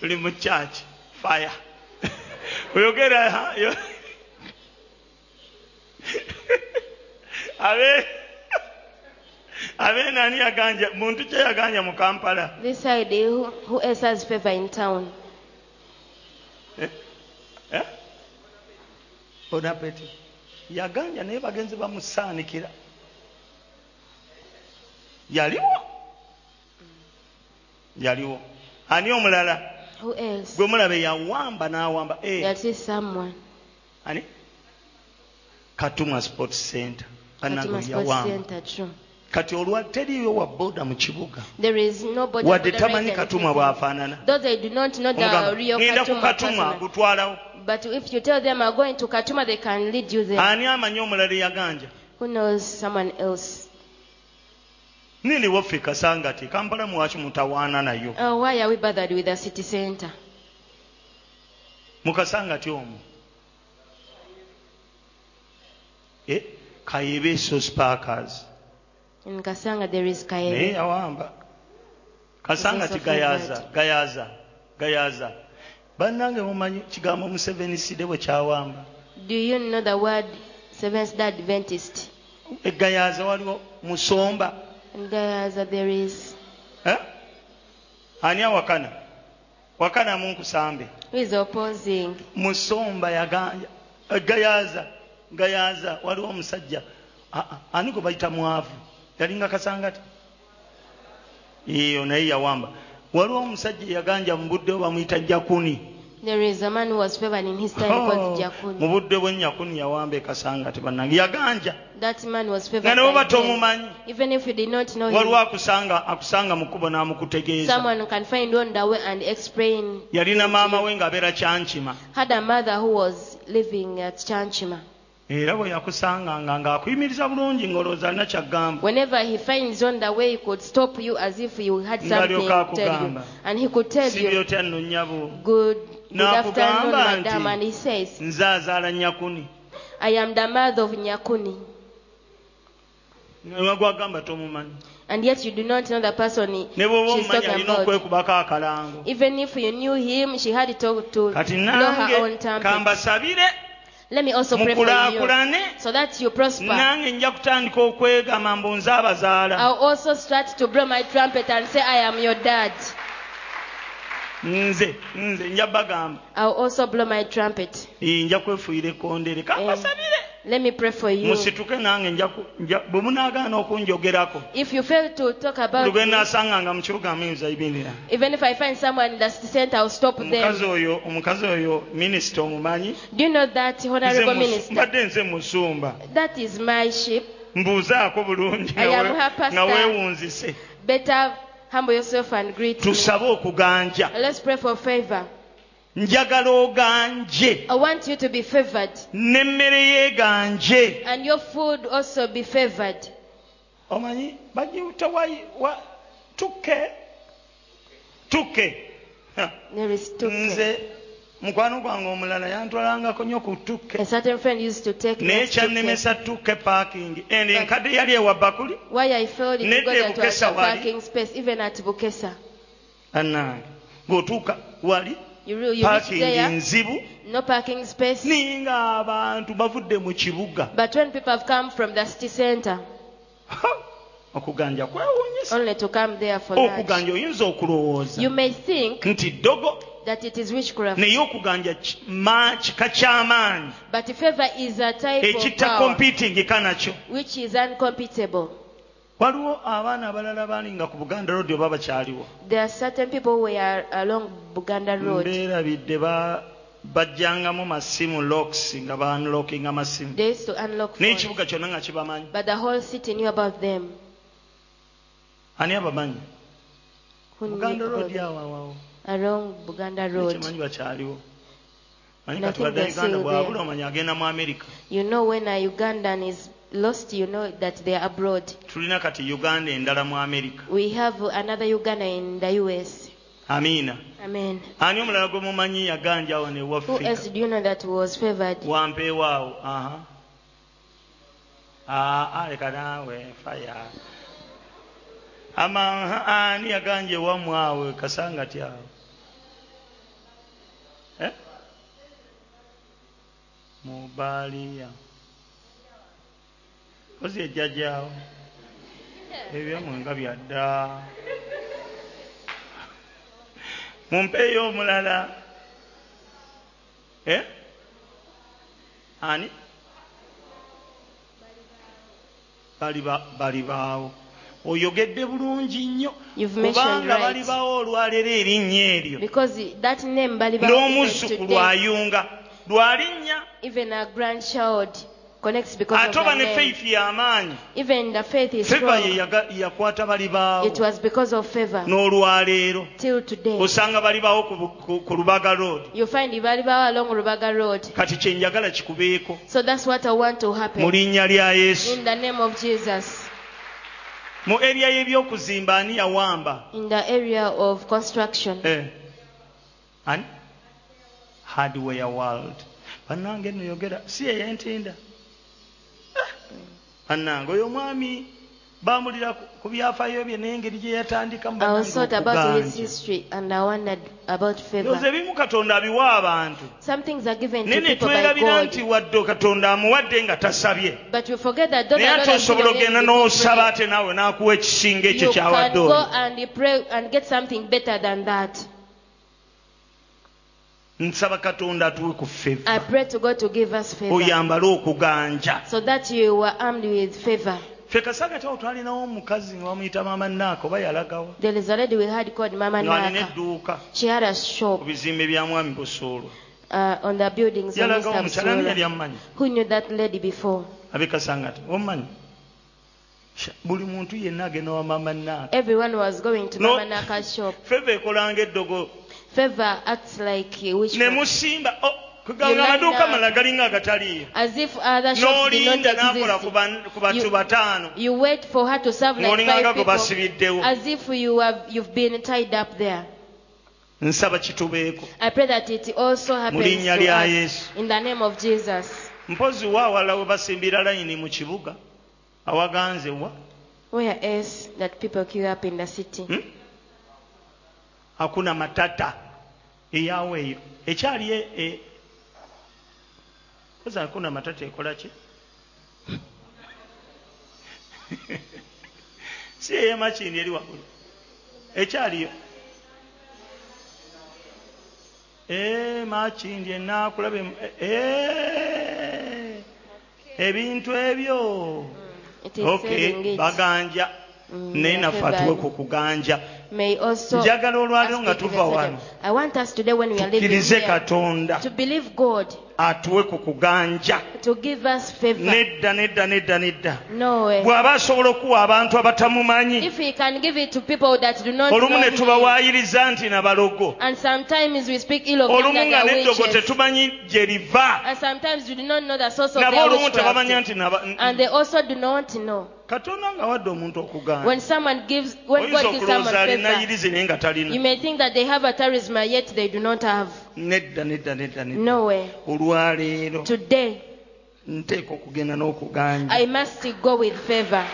[SPEAKER 1] tuli mu kyaki faya oyogera ha, yo- abe abenani yaganja muntu kye yaganja mu kampala
[SPEAKER 2] This side, eh, who, who else has favor in town?
[SPEAKER 1] Eh? onapeti yaganja naye bagenzi bamusaanikira yaliwo yaliwo ani omulala
[SPEAKER 2] Who else?
[SPEAKER 1] gwe mulabe yawamba n'awamba Eh,
[SPEAKER 2] That is someone.
[SPEAKER 1] ani katuma sports center
[SPEAKER 2] At my
[SPEAKER 1] banange
[SPEAKER 2] sports
[SPEAKER 1] yawamba
[SPEAKER 2] center, true.
[SPEAKER 1] kati olwa teriyo wa boda mu kibuga
[SPEAKER 2] There is nobody.
[SPEAKER 1] wadde
[SPEAKER 2] for the
[SPEAKER 1] tamanyi
[SPEAKER 2] right and
[SPEAKER 1] katumwa
[SPEAKER 2] favor.
[SPEAKER 1] bw'afaanana
[SPEAKER 2] Though they do not know the
[SPEAKER 1] Omugamba,
[SPEAKER 2] real
[SPEAKER 1] ŋŋenda ku
[SPEAKER 2] Katuma
[SPEAKER 1] katumwa
[SPEAKER 2] personally.
[SPEAKER 1] akutwalawo
[SPEAKER 2] But if you tell them I'm going to Katuma, they can lead you there.
[SPEAKER 1] ani amanyi omulala eyaganja
[SPEAKER 2] Who knows someone else?
[SPEAKER 1] nini waffe kasangati kampala muwaki mutawaana nayo
[SPEAKER 2] Oh, why are we bothered with the city center?
[SPEAKER 1] mu kasangati omwo Eh, kayebe sospakers
[SPEAKER 2] In Kasanga, there is
[SPEAKER 1] naye
[SPEAKER 2] Kaye.
[SPEAKER 1] yawamba kasangati gayaza gayaza gayaza bannange mumanyi kigambo museveni side bwe kyawamba
[SPEAKER 2] Do you know the word Seventh Day Adventist?
[SPEAKER 1] egayaza E waliwo musomba
[SPEAKER 2] In Gayaza, uh, there is.
[SPEAKER 1] Eh? ani awakana wakana munkusambe
[SPEAKER 2] Who is opposing?
[SPEAKER 1] musomba yaganja gayaza gayaza waliwo omusajja Ah, ah, ani gwe bayita mwavu yalinga kasangati eyo naye yawamba waliwo omusajja yaganja mu budde bwe bamuyita jakuni
[SPEAKER 2] There is a man who was favored in his time called
[SPEAKER 1] Oh, mu
[SPEAKER 2] Jakuni.
[SPEAKER 1] budde bwennyakuni yawamba ekasangati bannange yaganja
[SPEAKER 2] That man was favored.
[SPEAKER 1] nga ne bwe
[SPEAKER 2] by them.
[SPEAKER 1] batomumanyi
[SPEAKER 2] Even if you did not know
[SPEAKER 1] waliwo
[SPEAKER 2] him,
[SPEAKER 1] akusanga akusanga mu kkubo n'amukutegeeza
[SPEAKER 2] someone can find you on the way and explain.
[SPEAKER 1] yalina maama we ng'abeera kyankima
[SPEAKER 2] Had a mother who was living at Chanchima.
[SPEAKER 1] era bwe yakusanga nga ng'akuyimiriza bulungi ng'olowooza alina kyaggamba
[SPEAKER 2] Whenever he finds you on the way, he could stop you as if you had
[SPEAKER 1] Nga
[SPEAKER 2] something to
[SPEAKER 1] alyoka
[SPEAKER 2] tell you.
[SPEAKER 1] akugamba.
[SPEAKER 2] And he could tell you,
[SPEAKER 1] sibyotya nnunyabo
[SPEAKER 2] Good, good
[SPEAKER 1] N'akugamba
[SPEAKER 2] afternoon,
[SPEAKER 1] nti-
[SPEAKER 2] madam. And he says,
[SPEAKER 1] nze azaala nyakuni
[SPEAKER 2] I am the mother of Nyakuni.
[SPEAKER 1] gwagamba tomumanyi
[SPEAKER 2] and yet you do not know the person he-
[SPEAKER 1] ne bw'oba
[SPEAKER 2] she's
[SPEAKER 1] omumanyi
[SPEAKER 2] talking
[SPEAKER 1] alina
[SPEAKER 2] about.
[SPEAKER 1] okwekubako akalango
[SPEAKER 2] Even if you knew him, she had to talk to
[SPEAKER 1] kati
[SPEAKER 2] know her own
[SPEAKER 1] nange
[SPEAKER 2] temper.
[SPEAKER 1] kambasabire
[SPEAKER 2] Let me also pray for you
[SPEAKER 1] mukulaakulane
[SPEAKER 2] so that you prosper.
[SPEAKER 1] nange nja kutandika okwegama mbu nze abazaala
[SPEAKER 2] I'll also start to blow my trumpet and say, I am your dad.
[SPEAKER 1] nze nze nja bagamba
[SPEAKER 2] I'll also blow my trumpet.
[SPEAKER 1] "Eh, nja kwefuuyira ekondere kambasabire
[SPEAKER 2] Let me pray for you.
[SPEAKER 1] musituke nange nja ku- nja- bwe munaagaana okunjogerako
[SPEAKER 2] If you fail to talk about
[SPEAKER 1] lugwe
[SPEAKER 2] me,
[SPEAKER 1] naasanga nga mukibuga muyinzaibinira
[SPEAKER 2] even if I find someone in the center, I'll stop them.
[SPEAKER 1] omukazi oyo omukazi oyo minisita omumanyi
[SPEAKER 2] Do you know that
[SPEAKER 1] Nze
[SPEAKER 2] honorable
[SPEAKER 1] musu-
[SPEAKER 2] minister?
[SPEAKER 1] mbadde nze musumba
[SPEAKER 2] That is my sheep.
[SPEAKER 1] mbuuzaako bulungi
[SPEAKER 2] I am
[SPEAKER 1] nga
[SPEAKER 2] her
[SPEAKER 1] we-
[SPEAKER 2] pastor.
[SPEAKER 1] nga weewunzise
[SPEAKER 2] Better humble yourself and greet me.
[SPEAKER 1] tusabe okuganja
[SPEAKER 2] Let's pray for favor.
[SPEAKER 1] njagala oganje
[SPEAKER 2] I want you to be favored,
[SPEAKER 1] n'emmere yeeganje
[SPEAKER 2] and your food also be favored.
[SPEAKER 1] omanyi bagiwuta wayi- wa tukke tukke Ha,
[SPEAKER 2] There is two.
[SPEAKER 1] nze mukwano gwange omulala yantwalangako nnyo ku tukke
[SPEAKER 2] A certain friend used to take me.
[SPEAKER 1] naye
[SPEAKER 2] to take-
[SPEAKER 1] kyannemesa tukke paakingi endi nkadde yali ewa bakuli
[SPEAKER 2] Why I failed is
[SPEAKER 1] Nedda
[SPEAKER 2] because
[SPEAKER 1] e
[SPEAKER 2] it was
[SPEAKER 1] Bukesa
[SPEAKER 2] a
[SPEAKER 1] wali.
[SPEAKER 2] parking space, even at Bukesa.
[SPEAKER 1] annange ng'otuuka wali
[SPEAKER 2] You, re- you reach
[SPEAKER 1] paakingi
[SPEAKER 2] there,
[SPEAKER 1] nzibu
[SPEAKER 2] no parking space.
[SPEAKER 1] ninga abantu bavudde mu kibuga
[SPEAKER 2] But when people have come from the city center,
[SPEAKER 1] Ha! okuganja kwewuunyisa
[SPEAKER 2] only to come there for lunch,
[SPEAKER 1] okuganja oyinza okulowooza
[SPEAKER 2] you may think
[SPEAKER 1] nti ddogo
[SPEAKER 2] that it is witchcraft.
[SPEAKER 1] naye okuganja ki- ma- kika ky'amaanyi
[SPEAKER 2] But favor is a type of power
[SPEAKER 1] ekitakompitingika nakyo
[SPEAKER 2] which is uncompatible.
[SPEAKER 1] waliwo abaana abalala baali nga ku buganda road oba bakyaliwo
[SPEAKER 2] There are certain people who are along Buganda Road.
[SPEAKER 1] mbeerabidde ba- bajjangamu masimu locks nga banlockinga masimu
[SPEAKER 2] They used to unlock
[SPEAKER 1] naye
[SPEAKER 2] phones,
[SPEAKER 1] ekibuga kyonna nga kibamanyi
[SPEAKER 2] but the whole city knew about them.
[SPEAKER 1] ani abamanyi
[SPEAKER 2] Who knew
[SPEAKER 1] buganda
[SPEAKER 2] about
[SPEAKER 1] road
[SPEAKER 2] them.
[SPEAKER 1] awo awawo
[SPEAKER 2] Along Buganda Road.
[SPEAKER 1] ekimanyi bakyaliwo manyi
[SPEAKER 2] Nothing
[SPEAKER 1] kati badda
[SPEAKER 2] they
[SPEAKER 1] uganda
[SPEAKER 2] see
[SPEAKER 1] bwabula
[SPEAKER 2] there.
[SPEAKER 1] omanyi agenda mu amerika
[SPEAKER 2] You know when a Ugandan is lost, you know that they are abroad.
[SPEAKER 1] tulina kati uganda endala mu amerika
[SPEAKER 2] We have another Uganda in the US.
[SPEAKER 1] amiina
[SPEAKER 2] Amen.
[SPEAKER 1] ani omulala gwe mumanyi yaganja wano
[SPEAKER 2] Who else
[SPEAKER 1] ewaffe
[SPEAKER 2] do you know that was favored?
[SPEAKER 1] wampeewaawo aha Ah, aa leka naawe faya amaha ani yaganja ewammwe awe kasangati awo Eh? mubaaliya kozi ejjajaawo ebyammwe nga byadda mumpeeyo omulala Eh? ani Bali ba- bali baawo oyogedde bulungi nnyo
[SPEAKER 2] You've mentioned
[SPEAKER 1] kubanga bali
[SPEAKER 2] right.
[SPEAKER 1] baawo olwaleero erinnya eryo
[SPEAKER 2] Because that name Balibao even
[SPEAKER 1] n'omuzzukulu
[SPEAKER 2] today,
[SPEAKER 1] ayunga lwalinnya
[SPEAKER 2] even a grandchild connects because
[SPEAKER 1] ate
[SPEAKER 2] of
[SPEAKER 1] oba
[SPEAKER 2] the
[SPEAKER 1] ne
[SPEAKER 2] name.
[SPEAKER 1] faith y'amaanyi
[SPEAKER 2] Even the faith is
[SPEAKER 1] feva
[SPEAKER 2] strong.
[SPEAKER 1] ye yaga- yakwata bali baawo
[SPEAKER 2] It was because of favor.
[SPEAKER 1] n'olwaleero
[SPEAKER 2] Till today,
[SPEAKER 1] osanga bali baawo ku bu- ku- ku lubaga road
[SPEAKER 2] you find Ibalibao along Rubaga Road.
[SPEAKER 1] kati kyenjagala kikubeeko
[SPEAKER 2] So that's what I want to happen.
[SPEAKER 1] mu linnya lya yesu
[SPEAKER 2] In the name of Jesus.
[SPEAKER 1] mu erya y'ebyokuzimba ani yawamba
[SPEAKER 2] In the area of construction.
[SPEAKER 1] Eh. Ani? Hardware world. Bannange nno yogera si eyentinda. Ah. Bannange oyo omwami bamulira ku- ku byafaayo bye n'engeri gye yatandikamu
[SPEAKER 2] I
[SPEAKER 1] bannange
[SPEAKER 2] was thought about his
[SPEAKER 1] okuganja.
[SPEAKER 2] history and I wondered about
[SPEAKER 1] Ndowooza
[SPEAKER 2] favor.
[SPEAKER 1] ebimu katonda abiwa abantu
[SPEAKER 2] Some things are given
[SPEAKER 1] naye
[SPEAKER 2] to
[SPEAKER 1] ne
[SPEAKER 2] people by
[SPEAKER 1] twerabira nti
[SPEAKER 2] God.
[SPEAKER 1] wadde katonda amuwadde nga tasabye
[SPEAKER 2] But we forget that those
[SPEAKER 1] naye
[SPEAKER 2] are
[SPEAKER 1] ate osobola ogenda n'osaba
[SPEAKER 2] not
[SPEAKER 1] ate naawe n'akuwa ekisinga ekyo
[SPEAKER 2] You can
[SPEAKER 1] kyawadde
[SPEAKER 2] go
[SPEAKER 1] oyo
[SPEAKER 2] and you pray and get something better than that.
[SPEAKER 1] nsaba katonda atuwe ku
[SPEAKER 2] I
[SPEAKER 1] feva
[SPEAKER 2] pray to God to give us
[SPEAKER 1] Oh,
[SPEAKER 2] favor
[SPEAKER 1] oyambale okuganja
[SPEAKER 2] so that you are armed with favor.
[SPEAKER 1] ffe kasagati awo twalinawo omukazi nga bamuyita maama naaka oba yalagawa
[SPEAKER 2] There is a lady we had called Mama
[SPEAKER 1] ng'alina
[SPEAKER 2] Naka.
[SPEAKER 1] edduuka
[SPEAKER 2] She had a
[SPEAKER 1] ku
[SPEAKER 2] shop
[SPEAKER 1] bizimbe bya mwami busuulu
[SPEAKER 2] uh, on the buildings in East
[SPEAKER 1] yalagawa omukyala ani yali
[SPEAKER 2] Absura.
[SPEAKER 1] amumanyi
[SPEAKER 2] Who knew that lady before?
[SPEAKER 1] abekasangati omumanyi Sha- buli muntu yenna agenda wa maama naaka
[SPEAKER 2] Everyone was going to
[SPEAKER 1] No.
[SPEAKER 2] Mama Naka's shop.
[SPEAKER 1] feva ekolanga eddogo
[SPEAKER 2] Favor acts like a witch.
[SPEAKER 1] ne musimba O, kuganga
[SPEAKER 2] Yonna
[SPEAKER 1] amaduuka
[SPEAKER 2] na-
[SPEAKER 1] mala galinga agataliiyo
[SPEAKER 2] As if other shops did
[SPEAKER 1] n'olinda
[SPEAKER 2] not
[SPEAKER 1] n'akola ku
[SPEAKER 2] exist.
[SPEAKER 1] ban- ku bantu
[SPEAKER 2] You-
[SPEAKER 1] bataano
[SPEAKER 2] You wait for her to serve like
[SPEAKER 1] ng'olinganga
[SPEAKER 2] five
[SPEAKER 1] gwe
[SPEAKER 2] people.
[SPEAKER 1] basibiddewo
[SPEAKER 2] As if you have you've been tied up there.
[SPEAKER 1] nsaba kitubeeko
[SPEAKER 2] I pray that it also happens
[SPEAKER 1] linnya
[SPEAKER 2] to
[SPEAKER 1] lya
[SPEAKER 2] us
[SPEAKER 1] Yesu.
[SPEAKER 2] in the name of Jesus.
[SPEAKER 1] mpozi waawalala we basimbira layini mu kibuga awaganze wa
[SPEAKER 2] Where else that people queue up in the city?
[SPEAKER 1] Hmm? hakuna matata eyaawo eyo ekyali e- e- koza hakuna matata ekola ki si eyemakindi eri waggulu ekyaliyo Eh, makindi enaakulaba emu- e, eh, ebintu ebyo
[SPEAKER 2] It is selling
[SPEAKER 1] okay
[SPEAKER 2] it.
[SPEAKER 1] baganja
[SPEAKER 2] Mm,
[SPEAKER 1] naye naffe
[SPEAKER 2] whatever.
[SPEAKER 1] atuwe ku kuganja
[SPEAKER 2] May also
[SPEAKER 1] njagala olwaleero
[SPEAKER 2] ask
[SPEAKER 1] nga
[SPEAKER 2] people
[SPEAKER 1] tuva
[SPEAKER 2] to-
[SPEAKER 1] wano
[SPEAKER 2] I want us today when we are leaving
[SPEAKER 1] tukkirize
[SPEAKER 2] here
[SPEAKER 1] katonda
[SPEAKER 2] to believe God
[SPEAKER 1] atuwe ku kuganja
[SPEAKER 2] to give us favor.
[SPEAKER 1] nedda nedda nedda nedda
[SPEAKER 2] No way.
[SPEAKER 1] bw'aba asobola okuwa abantu abatamumanyi
[SPEAKER 2] If we can give it to people that do not
[SPEAKER 1] olumu ne
[SPEAKER 2] know him,
[SPEAKER 1] tubawaayiriza nti nabalogo
[SPEAKER 2] and sometimes we speak ill of them
[SPEAKER 1] olumu
[SPEAKER 2] that
[SPEAKER 1] nga
[SPEAKER 2] they are
[SPEAKER 1] neddogo
[SPEAKER 2] witches,
[SPEAKER 1] tetumanyi gye liva
[SPEAKER 2] and sometimes we do not know the source of
[SPEAKER 1] nabo
[SPEAKER 2] their
[SPEAKER 1] olumu tebamanya
[SPEAKER 2] witchcraft,
[SPEAKER 1] nti naba- n-
[SPEAKER 2] and they also do not know.
[SPEAKER 1] katonda ng'awadde omuntu okuganja
[SPEAKER 2] When someone gives, when
[SPEAKER 1] oyinza
[SPEAKER 2] God gives someone
[SPEAKER 1] okulowooza alina
[SPEAKER 2] favor,
[SPEAKER 1] yirize naye nga
[SPEAKER 2] you
[SPEAKER 1] talina
[SPEAKER 2] may think that they have a charisma, yet they do not have.
[SPEAKER 1] nedda nedda nedda nedda
[SPEAKER 2] No way.
[SPEAKER 1] olwaleero
[SPEAKER 2] Today,
[SPEAKER 1] nteeka okugenda n'okuganja
[SPEAKER 2] I must still go with favor.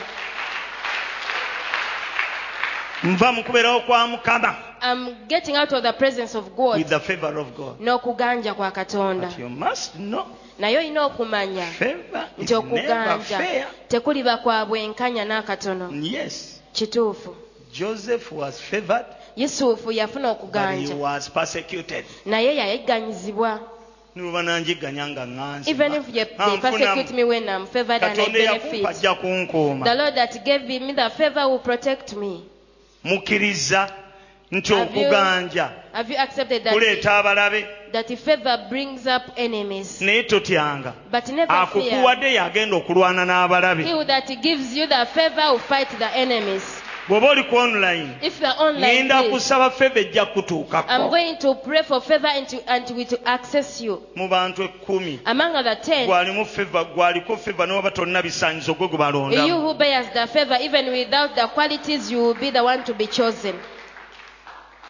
[SPEAKER 1] nva mu kubeerawo kwa mukama
[SPEAKER 2] I'm getting out of the presence of
[SPEAKER 1] with
[SPEAKER 2] God
[SPEAKER 1] the favor of god
[SPEAKER 2] n'okuganja kwa katonda
[SPEAKER 1] but you must know
[SPEAKER 2] naye olina okumanya
[SPEAKER 1] favor is
[SPEAKER 2] nti
[SPEAKER 1] never
[SPEAKER 2] okuganja
[SPEAKER 1] fair
[SPEAKER 2] tekuliba kwa bwenkanya
[SPEAKER 1] Mm.
[SPEAKER 2] n'akatono
[SPEAKER 1] yes
[SPEAKER 2] kituufu
[SPEAKER 1] joseph was favored
[SPEAKER 2] yusufu yafuna
[SPEAKER 1] but he
[SPEAKER 2] okuganja
[SPEAKER 1] was persecuted
[SPEAKER 2] naye yayigganyizibwa
[SPEAKER 1] nibuba nanjiganya nga
[SPEAKER 2] even if they they persecute me when I'm favored and I
[SPEAKER 1] Ah, katonda eyakumpa
[SPEAKER 2] benefit
[SPEAKER 1] ajja
[SPEAKER 2] the
[SPEAKER 1] kunkuuma
[SPEAKER 2] Lord that gave me the favor will protect me
[SPEAKER 1] mukkiriza nti
[SPEAKER 2] Have you-
[SPEAKER 1] okuganja
[SPEAKER 2] have you accepted that
[SPEAKER 1] kuleeta abalabe
[SPEAKER 2] that favor brings up enemies
[SPEAKER 1] naye totyanga
[SPEAKER 2] but never fear
[SPEAKER 1] akukuwadde yagenda okulwana n'abalabe
[SPEAKER 2] he that gives you the favor will fight the enemies
[SPEAKER 1] bw'oba oli ku online
[SPEAKER 2] if the online
[SPEAKER 1] ŋenda
[SPEAKER 2] is,
[SPEAKER 1] kusaba feva ejja
[SPEAKER 2] I'm
[SPEAKER 1] kutuukako
[SPEAKER 2] going to pray for favor and to, and we to access you.
[SPEAKER 1] mu bantu ekkumi
[SPEAKER 2] Among other ten,
[SPEAKER 1] gwalimu feva gwaliko feva n'oba tolina bisaanyizo gwe gwe
[SPEAKER 2] you
[SPEAKER 1] balondamu
[SPEAKER 2] who bears the favor, even without the qualities, you will be the one to be chosen.